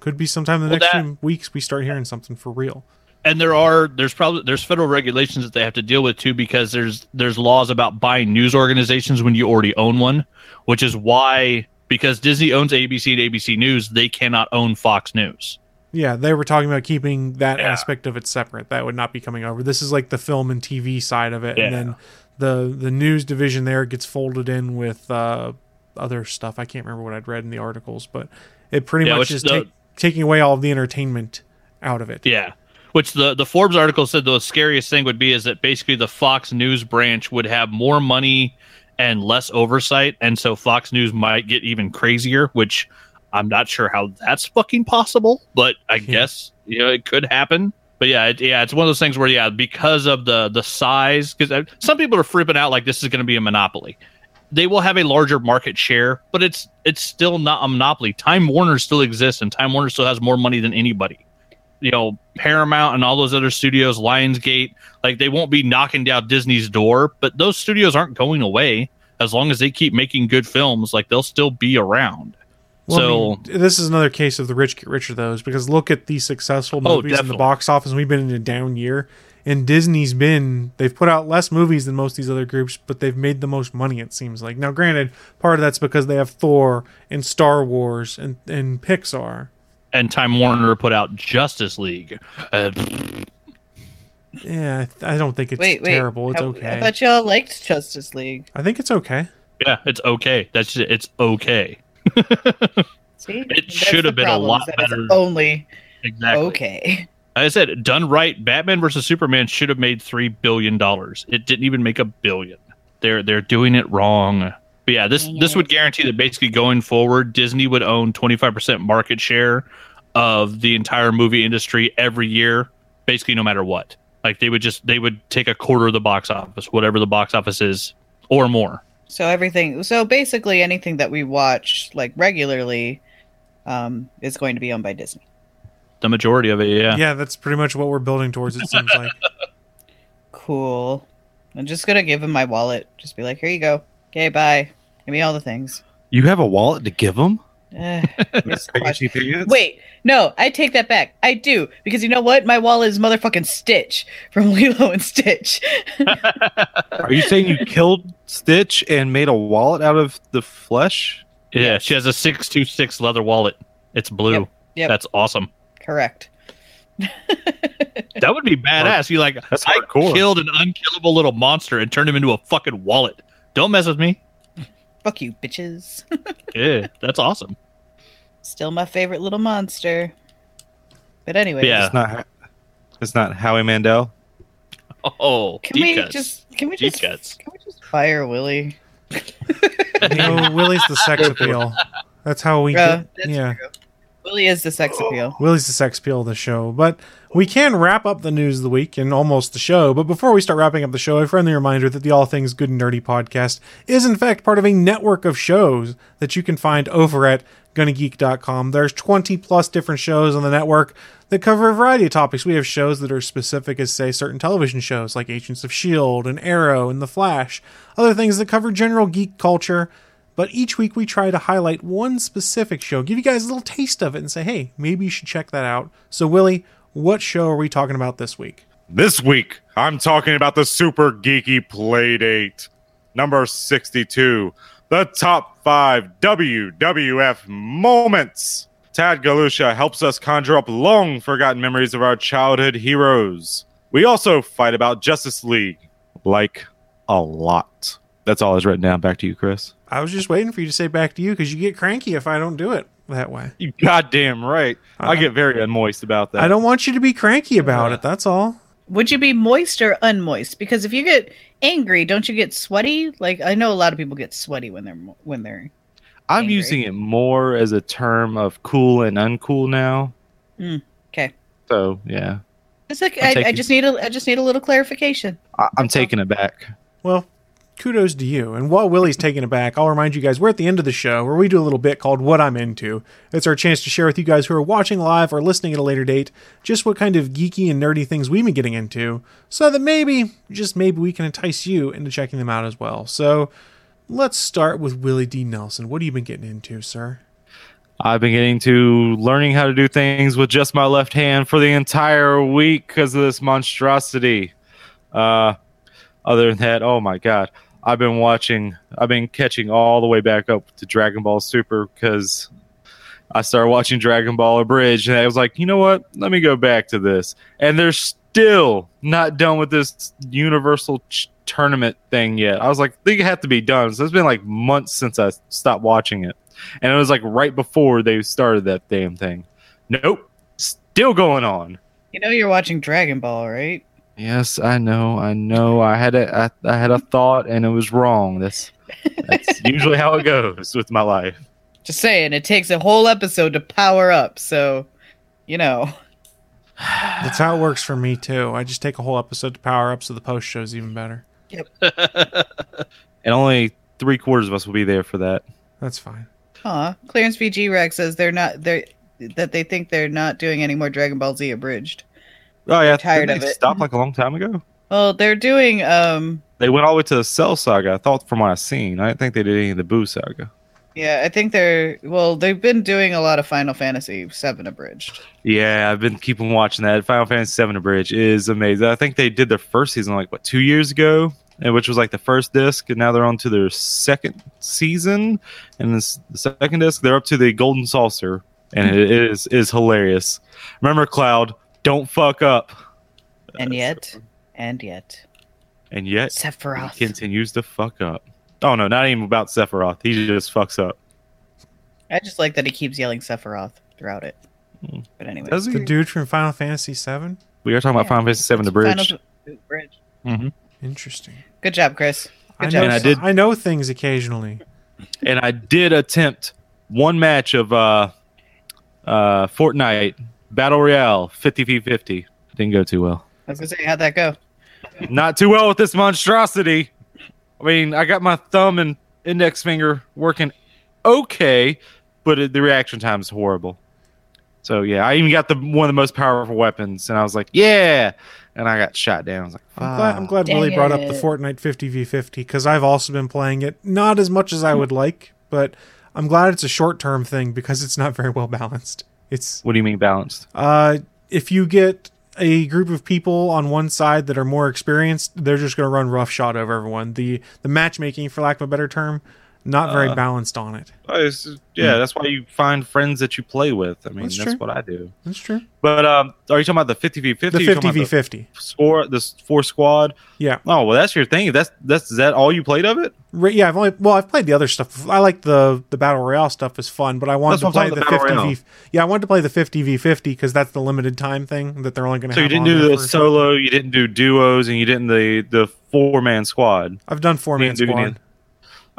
S7: could be sometime in the
S5: Well,
S7: next
S5: that-
S7: few weeks we start hearing something for real.
S5: and there are there's probably there's federal regulations that they have to deal with too because there's there's laws about buying news organizations when you already own one which is why because disney owns abc and abc news they cannot own fox news
S7: Yeah, they were talking about keeping that aspect of it separate. That would not be coming over. This is like the film and TV side of it, and
S5: Yeah.
S7: then the the news division there gets folded in with uh, other stuff. I can't remember what I'd read in the articles, but it pretty
S5: Yeah,
S7: much
S5: which
S7: is
S5: the-
S7: ta- taking away all of the entertainment out of it.
S5: yeah which the the forbes article said the scariest thing would be is that basically the fox news branch would have more money and less oversight and so fox news might get even crazier which i'm not sure how that's fucking possible but i guess you know it could happen but yeah it, yeah it's one of those things where yeah because of the the size because some people are freaking out like this is going to be a monopoly they will have a larger market share but it's it's still not a monopoly time warner still exists and time warner still has more money than anybody you know Paramount and all those other studios, Lionsgate, like they won't be knocking down Disney's door, but those studios aren't going away as long as they keep making good films. Like they'll still be around.
S7: Well,
S5: so
S7: I mean, this is another case of the rich get richer those because look at the successful
S5: Oh,
S7: movies in the
S5: definitely.
S7: box office. We've been in a down year, and Disney's been they've put out less movies than most of these other groups, but they've made the most money. It seems like now, granted, part of that's because they have Thor and Star Wars and and Pixar.
S5: and Time Warner put out Justice League. Uh,
S7: Yeah, I th- I don't think it's terrible. it's
S6: How-
S7: okay.
S6: I thought y'all liked Justice League.
S7: I think it's okay.
S5: yeah, it's okay. That's just, it's okay.
S6: See,
S5: It should have been a lot better.
S6: Only
S5: Exactly.
S6: okay.
S5: Like I said, done right, Batman versus Superman should have made three billion dollars. It didn't even make a billion. They're they're doing it wrong. But yeah, this this would guarantee that basically going forward, Disney would own twenty five percent market share of the entire movie industry every year, basically no matter what. Like they would just they would take a quarter of the box office, whatever the box office is, or more.
S6: So everything. So basically, anything that we watch like regularly um, is going to be owned by Disney.
S5: The majority of it, yeah.
S7: Yeah, that's pretty much what we're building towards. It seems like.
S6: Cool. I'm just gonna give him my wallet. Just be like, here you go. Okay, bye. Give me all the things.
S10: You have a wallet to give them?
S6: Eh, Miss Quash- Wait, no, I take that back. I do because you know what? My wallet is motherfucking Stitch from Lilo and Stitch.
S10: Are you saying you killed Stitch and made a wallet out of the flesh?
S5: Yeah, she has a six two six leather wallet. It's blue.
S6: yep.
S5: That's awesome.
S6: Correct.
S5: That would be badass. You like
S10: That's
S5: I
S10: hardcore.
S5: killed an unkillable little monster and turned him into a fucking wallet. Don't mess with me.
S6: Fuck you, bitches.
S5: Yeah, that's awesome.
S6: Still my favorite little monster. But anyway,
S5: Yeah.
S10: It's not. It's not Howie Mandel.
S5: Oh,
S6: Can
S5: deep
S6: we
S5: cuts.
S6: just- can we
S5: Deep
S6: just-
S5: cuts.
S6: fire Willie.
S7: no, Willie's the sex appeal. That's how we
S6: Yeah,
S7: get. yeah.
S6: Willie is the sex appeal.
S7: Willie's the sex peel of the show, but we can wrap up the news of the week and almost the show. But before we start wrapping up the show, a friendly reminder that the All Things Good and Dirty podcast is, in fact, part of a network of shows that you can find over at gunnageek.com. There's 20 plus different shows on the network that cover a variety of topics. We have shows that are specific as, say, certain television shows like Agents of S.H.I.E.L.D. E and Arrow and The Flash, other things that cover general geek culture. But each week we try to highlight one specific show, give you guys a little taste of it, and say, hey, maybe you should check that out. So, Willie, what show are we talking about this week?
S10: This week, I'm talking about the super geeky playdate number 62, the top five WWF moments. Tad Galusha helps us conjure up long forgotten memories of our childhood heroes. We also fight about Justice League like a lot. That's all is written down. Back to you, Chris.
S7: I was just waiting for you to say back to you because you get cranky if I don't do it that way.
S10: You goddamn right. I get very unmoist about that.
S7: I don't want you to be cranky about it. That's all.
S6: Would you be moist or unmoist? Because if you get angry, don't you get sweaty? Like I know a lot of people get sweaty when they're mo- when they're.
S10: I'm using it more as a term of cool and uncool now.
S6: Mm, okay.
S10: So yeah,
S6: It's like
S10: I'm
S6: I, I
S10: taking-
S6: just need a I just need a little clarification.
S10: I- I'm taking it back.
S7: Well, kudos to you. And while Willie's taking it back, I'll remind you guys we're at the end of the show where we do a little bit called What I'm Into. It's our chance to share with you guys who are watching live or listening at a later date just what kind of geeky and nerdy things we've been getting into so that maybe, just maybe, we can entice you into checking them out as well. So let's start with Willie D. Nelson. What have you been getting into, sir?
S10: I've been getting to learning how to do things with just my left hand for the entire week because of this monstrosity. Uh, other than that, oh my god, I've been watching, I've been catching all the way back up to Dragon Ball Super because I started watching Dragon Ball Abridged, and I was like, you know what? Let me go back to this. And they're still not done with this Universal ch- tournament thing yet. I was like, they have to be done. So it's been like months since I stopped watching it, and it was like right before they started that damn thing. Nope, still going on.
S6: You know you're watching Dragon Ball, right?
S10: Yes, I know, I know. I had a, I, I had a thought, and it was wrong. That's that's usually how it goes with my life.
S6: Just saying, it takes a whole episode to power up. So, you know,
S7: That's how it works for me, too. I just take a whole episode to power up so the post show's even better.
S10: And only three quarters of us will be there for that.
S7: That's fine.
S6: huh? Clarence VG Rex says they're not they're that they think they're not doing any more Dragon Ball Z abridged.
S10: Oh yeah,
S6: tired
S10: didn't
S6: of
S10: they
S6: it.
S10: Stopped like a long time ago.
S6: Well, they're doing um
S10: They went all the way to the Cell Saga. I thought from what I seen, I didn't think they did any of the Boo Saga.
S6: yeah, I think they're well, they've been doing a lot of Final Fantasy VII abridged.
S10: Yeah, I've been keeping watching that. Final Fantasy VII Bridge is amazing. I think they did their first season like what two years ago, and which was like the first disc, and now they're on to their second season. And this the second disc, they're up to the Golden Saucer, and it
S6: Mm-hmm.
S10: is is hilarious. Remember, Cloud, don't fuck up.
S6: And yet, and yet,
S10: And yet,
S6: Sephiroth.
S10: he continues to fuck up. Oh no, not even about Sephiroth. He just fucks up.
S6: I just like that he keeps yelling Sephiroth throughout it. But anyway,
S10: Does
S7: The dude from Final Fantasy VII?
S10: We are talking about Final Fantasy VII: The Bridge.
S6: Final F- Bridge.
S10: Mhm.
S7: Interesting.
S6: Good job, Chris.
S7: I
S6: Good
S7: know,
S6: job.
S10: And I did-
S7: I know things occasionally.
S10: and I did attempt one match of uh, uh, Fortnite Battle Royale 50 v 50. Didn't go too well.
S6: I was gonna say, how'd that go?
S10: Not too well with this monstrosity. I mean, I got my thumb and index finger working okay, but it, the reaction time is horrible. So yeah, I even got the one of the most powerful weapons, and I was like, "Yeah," and I got shot down. I was like,
S7: I'm glad, I'm glad
S6: Dang
S7: Willie brought up the
S6: it.
S7: Fortnite 50v50 because I've also been playing it, not as much as I would like, but I'm glad it's a short term thing because it's not very well balanced. It's
S10: "What do you mean balanced?"
S7: uh, if you get a group of people on one side that are more experienced, they're just going to run roughshod over everyone. The the matchmaking, for lack of a better term, not
S10: Uh.
S7: very balanced on it.
S10: Oh, it's- yeah, that's why you find friends that you play with. I mean,
S7: That's
S10: that's,
S7: true.
S10: what I do.
S7: That's true.
S10: But um, are you talking about the fifty v fifty?
S7: The 50v50.
S10: score this four squad.
S7: Yeah.
S10: Oh well, that's your thing. That's that's is that all you played of it?
S7: Right, yeah, I've only well, I've played the other stuff. before. I like the the battle royale stuff is fun, but I wanted
S10: That's what
S7: to play
S10: I'm
S7: the
S10: talking about,
S7: fifty
S10: Battle
S7: v. Yeah, I wanted to play the fifty v fifty because that's the limited time thing that they're only going to.
S10: So you
S7: have
S10: didn't
S7: on
S10: do
S7: there
S10: the
S7: for-
S10: solo, you didn't do duos, and you didn't the the four man squad.
S7: I've done four man
S10: didn't do any-
S7: squad.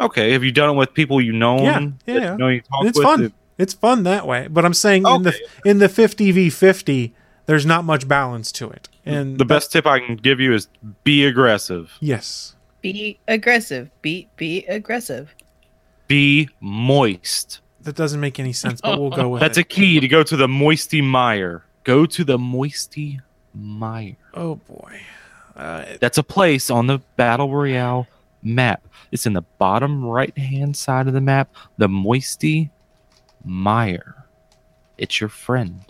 S10: Okay, have you done it with people you know?
S7: Yeah, yeah,
S10: that
S7: yeah.
S10: You know you talk
S7: And it's
S10: with?
S7: fun.
S10: If-
S7: It's fun that way. But I'm saying in the in the fifty v fifty, there's not much balance to it. And
S10: The best tip I can give you is be aggressive.
S7: yes,
S6: Be aggressive. Be be aggressive.
S10: Be moist.
S7: that doesn't make any sense, but we'll go with
S10: That's a
S7: it.
S10: key to go to the moisty mire. Go to the moisty mire.
S7: oh boy,
S10: That's a place on the Battle Royale map. It's in the bottom right hand side of the map, the Moisty Mire. It's your friend.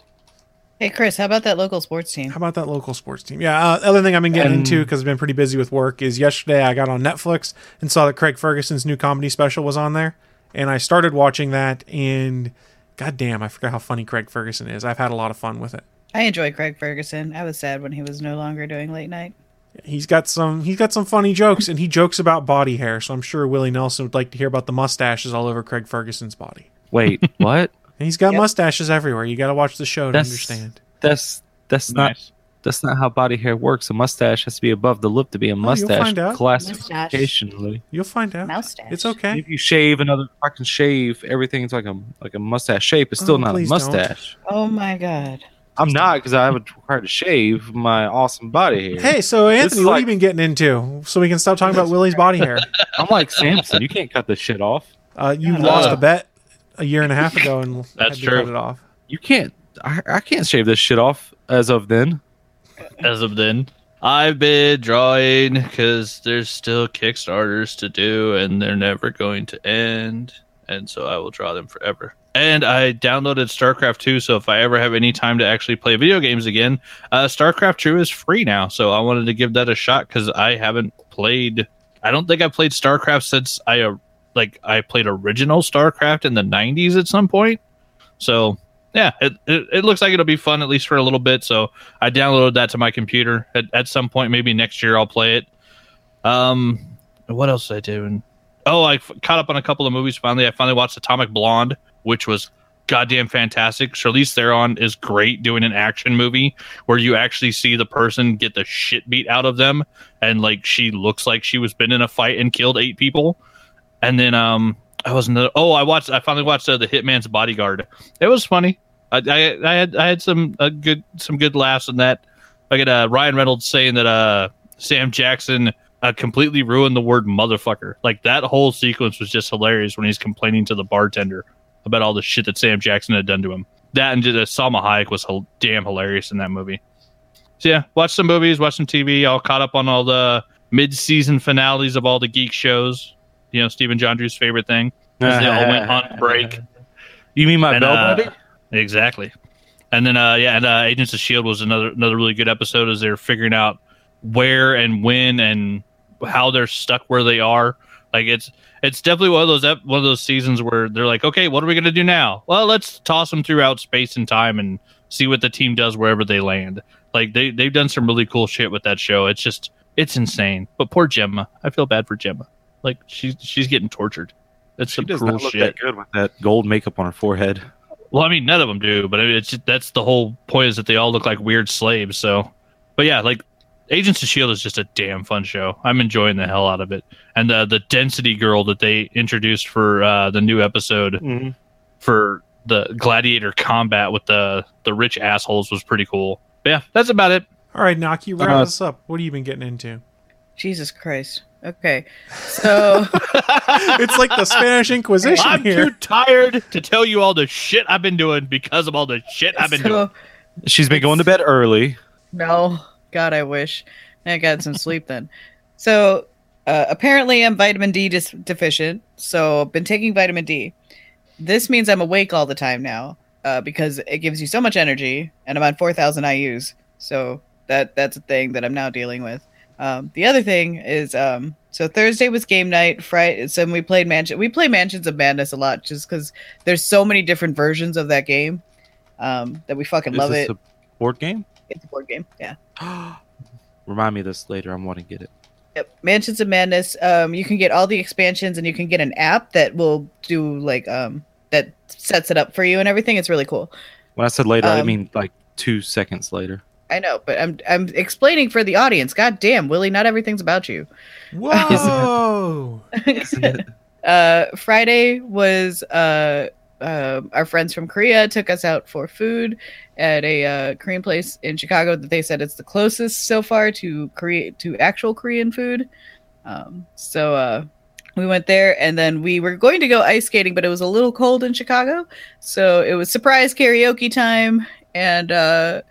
S6: Hey, Chris, how about that local sports team?
S7: how about that local sports team? Yeah, uh, other thing I've been getting into because I've been pretty busy with work is yesterday I got on Netflix and saw that Craig Ferguson's new comedy special was on there, and I started watching that. And goddamn, I forgot how funny Craig Ferguson is. I've had a lot of fun with it.
S6: I enjoy Craig Ferguson. I was sad when he was no longer doing late night.
S7: He's got some he's got some funny jokes and he jokes about body hair, so I'm sure Willie Nelson would like to hear about the mustaches all over Craig Ferguson's body.
S10: Wait, what?
S7: And he's got mustaches everywhere. You got to watch the show to
S10: That's-
S7: understand.
S10: That's that's not that's not how body hair works. A mustache has to be above the lip to be a mustache.
S7: Oh, find out.
S10: Classification, Louis.
S7: You'll find out. It's okay.
S10: If you shave another fucking shave, everything's like a like a mustache shape. It's still
S7: Oh,
S10: not a
S7: please don't.
S10: mustache.
S6: Oh my god.
S10: I'm not because I haven't required to shave my awesome body hair.
S7: Hey, so
S10: This
S7: Anthony,
S10: is
S7: what have
S10: like-
S7: you been getting into? So we can stop talking about Willie's body hair.
S10: I'm like Samson. You can't cut this shit off.
S7: Uh, you
S10: Yeah,
S7: lost
S10: no.
S7: a bet a year and a half ago and had
S10: That's
S7: to cut
S10: true.
S7: it off.
S10: You can't. I, I can't shave this shit off as of then.
S5: as of then. I've been drawing because there's still Kickstarters to do and they're never going to end. And so I will draw them forever. And I downloaded StarCraft 2, so if I ever have any time to actually play video games again, uh, StarCraft 2 is free now. So I wanted to give that a shot because I haven't played. I don't think I played StarCraft since I uh, like I played original StarCraft in the 90s at some point. So yeah, it, it, it looks like it'll be fun at least for a little bit. So I downloaded that to my computer. At, at some point, maybe next year, I'll play it. Um, what else did I do? Oh, I f- caught up on a couple of movies. Finally, I finally watched Atomic Blonde, which was goddamn fantastic. Charlize Theron is great doing an action movie where you actually see the person get the shit beat out of them, and like she looks like she was been in a fight and killed eight people. And then um, I was another. Oh, I watched. I finally watched uh, the Hitman's Bodyguard. It was funny. I, I, I had I had some uh, good some good laughs in that. Like at uh, Ryan Reynolds saying that uh, Sam Jackson uh, completely ruined the word motherfucker. Like that whole sequence was just hilarious when he's complaining to the bartender about all the shit that Sam Jackson had done to him. That and just, uh, Salma Hayek was hel- damn hilarious in that movie. So yeah, watch some movies, watch some TV. All caught up on all the mid-season finales of all the geek shows. You know, Stephen John Drew's favorite thing. 'Cause They all went on break.
S10: You mean my
S5: And,
S10: bell
S5: uh,
S10: body?
S5: Exactly. And then uh, yeah, and uh, Agents of Shield was another another really good episode as they're figuring out where and when and how they're stuck where they are. Like it's it's definitely one of those ep- one of those seasons where they're like, okay, what are we gonna do now? Well, let's toss them throughout space and time and see what the team does wherever they land. Like they they've done some really cool shit with that show. It's just it's insane. But poor Gemma, I feel bad for Gemma. Like she's she's getting tortured. That's some
S10: does
S5: cruel
S10: not look
S5: shit.
S10: that good with that gold makeup on her forehead.
S5: Well, I mean, none of them do, but I mean, it's that's the whole point is that they all look like weird slaves. So, but yeah, like Agents of Shield E is just a damn fun show. I'm enjoying the hell out of it, and uh, the the density girl that they introduced for uh, the new episode for the gladiator combat with the the rich assholes was pretty cool. But yeah, that's about it.
S7: All right, Knock, you wrap
S5: Uh,
S7: us up. What have you been getting into?
S6: Jesus Christ. Okay. So
S7: it's like the Spanish Inquisition
S5: I'm
S7: here.
S5: too tired to tell you all the shit I've been doing because of all the shit I've been
S6: So-
S5: doing.
S10: She's been going to bed early.
S6: No, God, I wish I got some sleep then. So uh, apparently, I'm vitamin D dis- deficient. So I've been taking vitamin D. This means I'm awake all the time now uh, because it gives you so much energy, and I'm on 4,000 IU's. So that that's a thing that I'm now dealing with. Um, the other thing is, um, so Thursday was game night. Friday, so we played Mansion. We play Mansions of Madness a lot just because there's so many different versions of that game um, that we fucking
S10: Is
S6: love
S10: this
S6: it.
S10: a board game?
S6: it's a board game, yeah.
S10: Remind me of this later. I am want to get it.
S6: Yep. Mansions of Madness. Um, you can get all the expansions, and you can get an app that will do like um that sets it up for you and everything. It's really cool.
S10: When I said later, I
S6: Um,
S10: mean like two seconds later.
S6: I know, but I'm I'm explaining for the audience. God damn, Willie, not everything's about you.
S7: Whoa!
S6: Uh, Friday was uh, uh, our friends from Korea took us out for food at a uh, Korean place in Chicago that they said it's the closest so far to Korea to actual Korean food. Um, so uh, we went there, and then we were going to go ice skating, but it was a little cold in Chicago, so it was surprise karaoke time, and uh,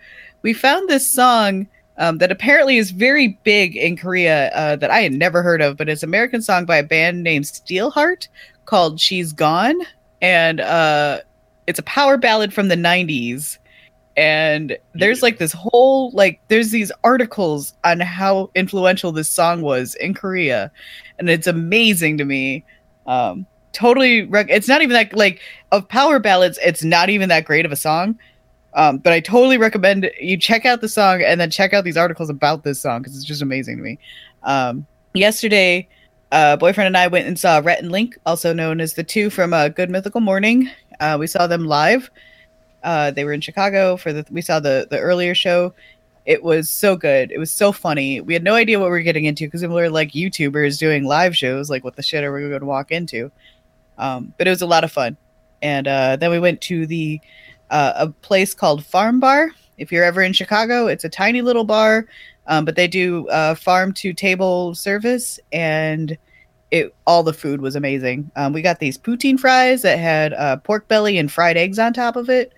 S6: we found this song. Um, that apparently is very big in Korea uh, that I had never heard of, but it's an American song by a band named Steelheart called She's Gone. And uh, it's a power ballad from the 90s and there's like this whole like there's these articles on how influential this song was in Korea, and it's amazing to me. Um, totally, rec- it's not even that like of power ballads. It's not even that great of a song, Um, but I totally recommend you check out the song and then check out these articles about this song because it's just amazing to me. Um, yesterday, uh, boyfriend and I went and saw Rhett and Link, also known as the two from uh, Good Mythical Morning. Uh, we saw them live. Uh, they were in Chicago for the. We saw the the earlier show. It was so good. It was so funny. We had no idea what we were getting into because we were like YouTubers doing live shows. Like, what the shit are we going to walk into? Um, but it was a lot of fun. And uh, then we went to the uh, a place called Farm Bar. If you're ever in Chicago, it's a tiny little bar, um, but they do uh, farm to table service, and it all the food was amazing. Um, we got these poutine fries that had uh, pork belly and fried eggs on top of it.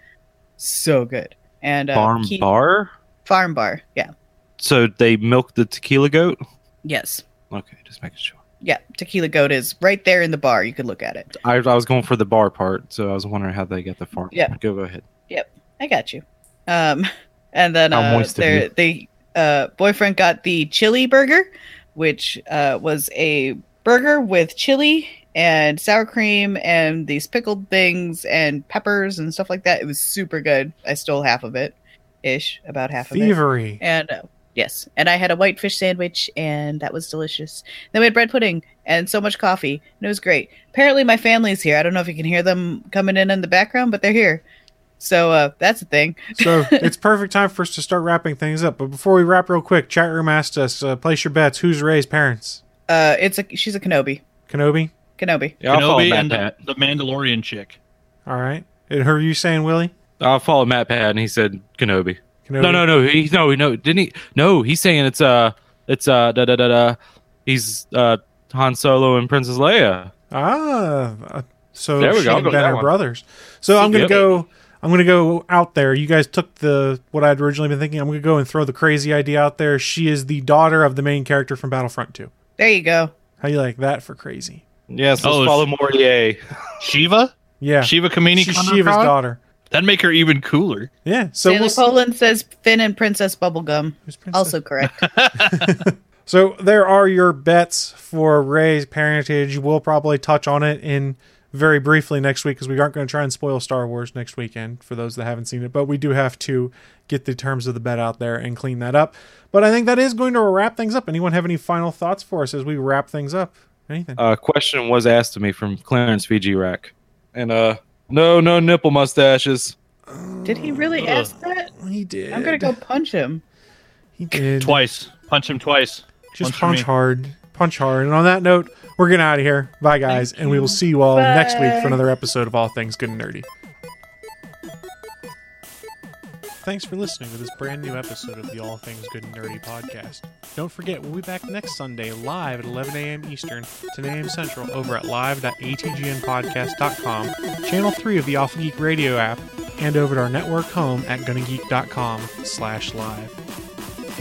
S6: So good. And uh,
S10: Farm
S6: Keith-
S10: bar.
S6: Farm bar. Yeah.
S10: So they milk the tequila goat.
S6: Yes.
S10: Okay, just making sure.
S6: Yeah. Tequila Goat is right there in the bar. You could look at it.
S10: I, I was going for the bar part, so I was wondering how they get the farm.
S6: Yeah.
S10: Go go ahead.
S6: Yep, I got you. Um, and then
S10: How
S6: uh,
S10: moist of
S6: their
S10: you.
S6: the uh, boyfriend got the chili burger, which uh, was a burger with chili and sour cream and these pickled things and peppers and stuff like that. It was super good. I stole half of it, ish, about half
S7: Thievery.
S6: of it. And uh, yes, and I had a whitefish sandwich, and that was delicious. Then we had bread pudding and so much coffee, and it was great. Apparently, my family's here. I don't know if you can hear them coming in in the background, but they're here. So uh, that's a thing.
S7: So it's perfect time for us to start wrapping things up. But before we wrap, real quick, chat room asked us, uh, place your bets. Who's Ray's parents?
S6: Uh, it's a she's a Kenobi.
S7: Kenobi.
S6: Kenobi.
S5: Kenobi and the, the Mandalorian chick.
S7: All right. And who are you saying, Willie?
S10: I followed Matt Pad, and he said Kenobi.
S7: Kenobi?
S10: No, no, no. He no, no. Didn't he? No, he's saying it's uh, it's uh, da da da da. He's uh, Han Solo and Princess Leia.
S7: Ah, uh, so
S10: There we go.
S7: she
S10: I'll
S7: and
S10: go
S7: Ben
S10: that
S7: are
S10: one.
S7: brothers. So I'm gonna
S10: Yep.
S7: go. I'm gonna go out there. You guys took the what I'd originally been thinking. I'm gonna go and throw the crazy idea out there. She is the daughter of the main character from Battlefront 2.
S6: There you go.
S7: How you like that for crazy?
S10: Yes, let's
S5: Oh,
S10: follow
S5: it's-
S10: Morier.
S5: Shiva?
S7: Yeah,
S5: Shiva Kamini?
S7: She's Shiva's daughter.
S5: That'd make her even cooler.
S7: Yeah. So
S6: Sally
S7: we'll, s-
S6: Poland says Finn and Princess Bubblegum. Also correct.
S7: so there are your bets for Ray's parentage. We'll probably touch on it in very briefly next week because we aren't going to try and spoil Star Wars next weekend for those that haven't seen it. But we do have to get the terms of the bet out there and clean that up. But I think that is going to wrap things up. Anyone have any final thoughts for us as we wrap things up? Anything?
S10: A uh, question was asked to me from Clarence VG Rack, and uh, no, no nipple mustaches.
S6: Did he really ask that?
S7: He did.
S6: I'm gonna go punch him.
S7: He did.
S5: Twice. Punch him twice.
S7: Just
S5: for
S7: punch
S5: me.
S7: hard. Punch hard. And on that note, we're getting out of here. Bye, guys. And we will see you all next week for
S6: Bye.
S7: another episode of All Things Good and Nerdy. Thanks for listening to this brand new episode of the All Things Good and Nerdy podcast. Don't forget, we'll be back next Sunday live at 11 a.m. Eastern, 10 a.m. Central, over at live.atgnpodcast.com, channel 3 of the Alpha Geek radio app, and over to our network home at gunnageek.com slash live. If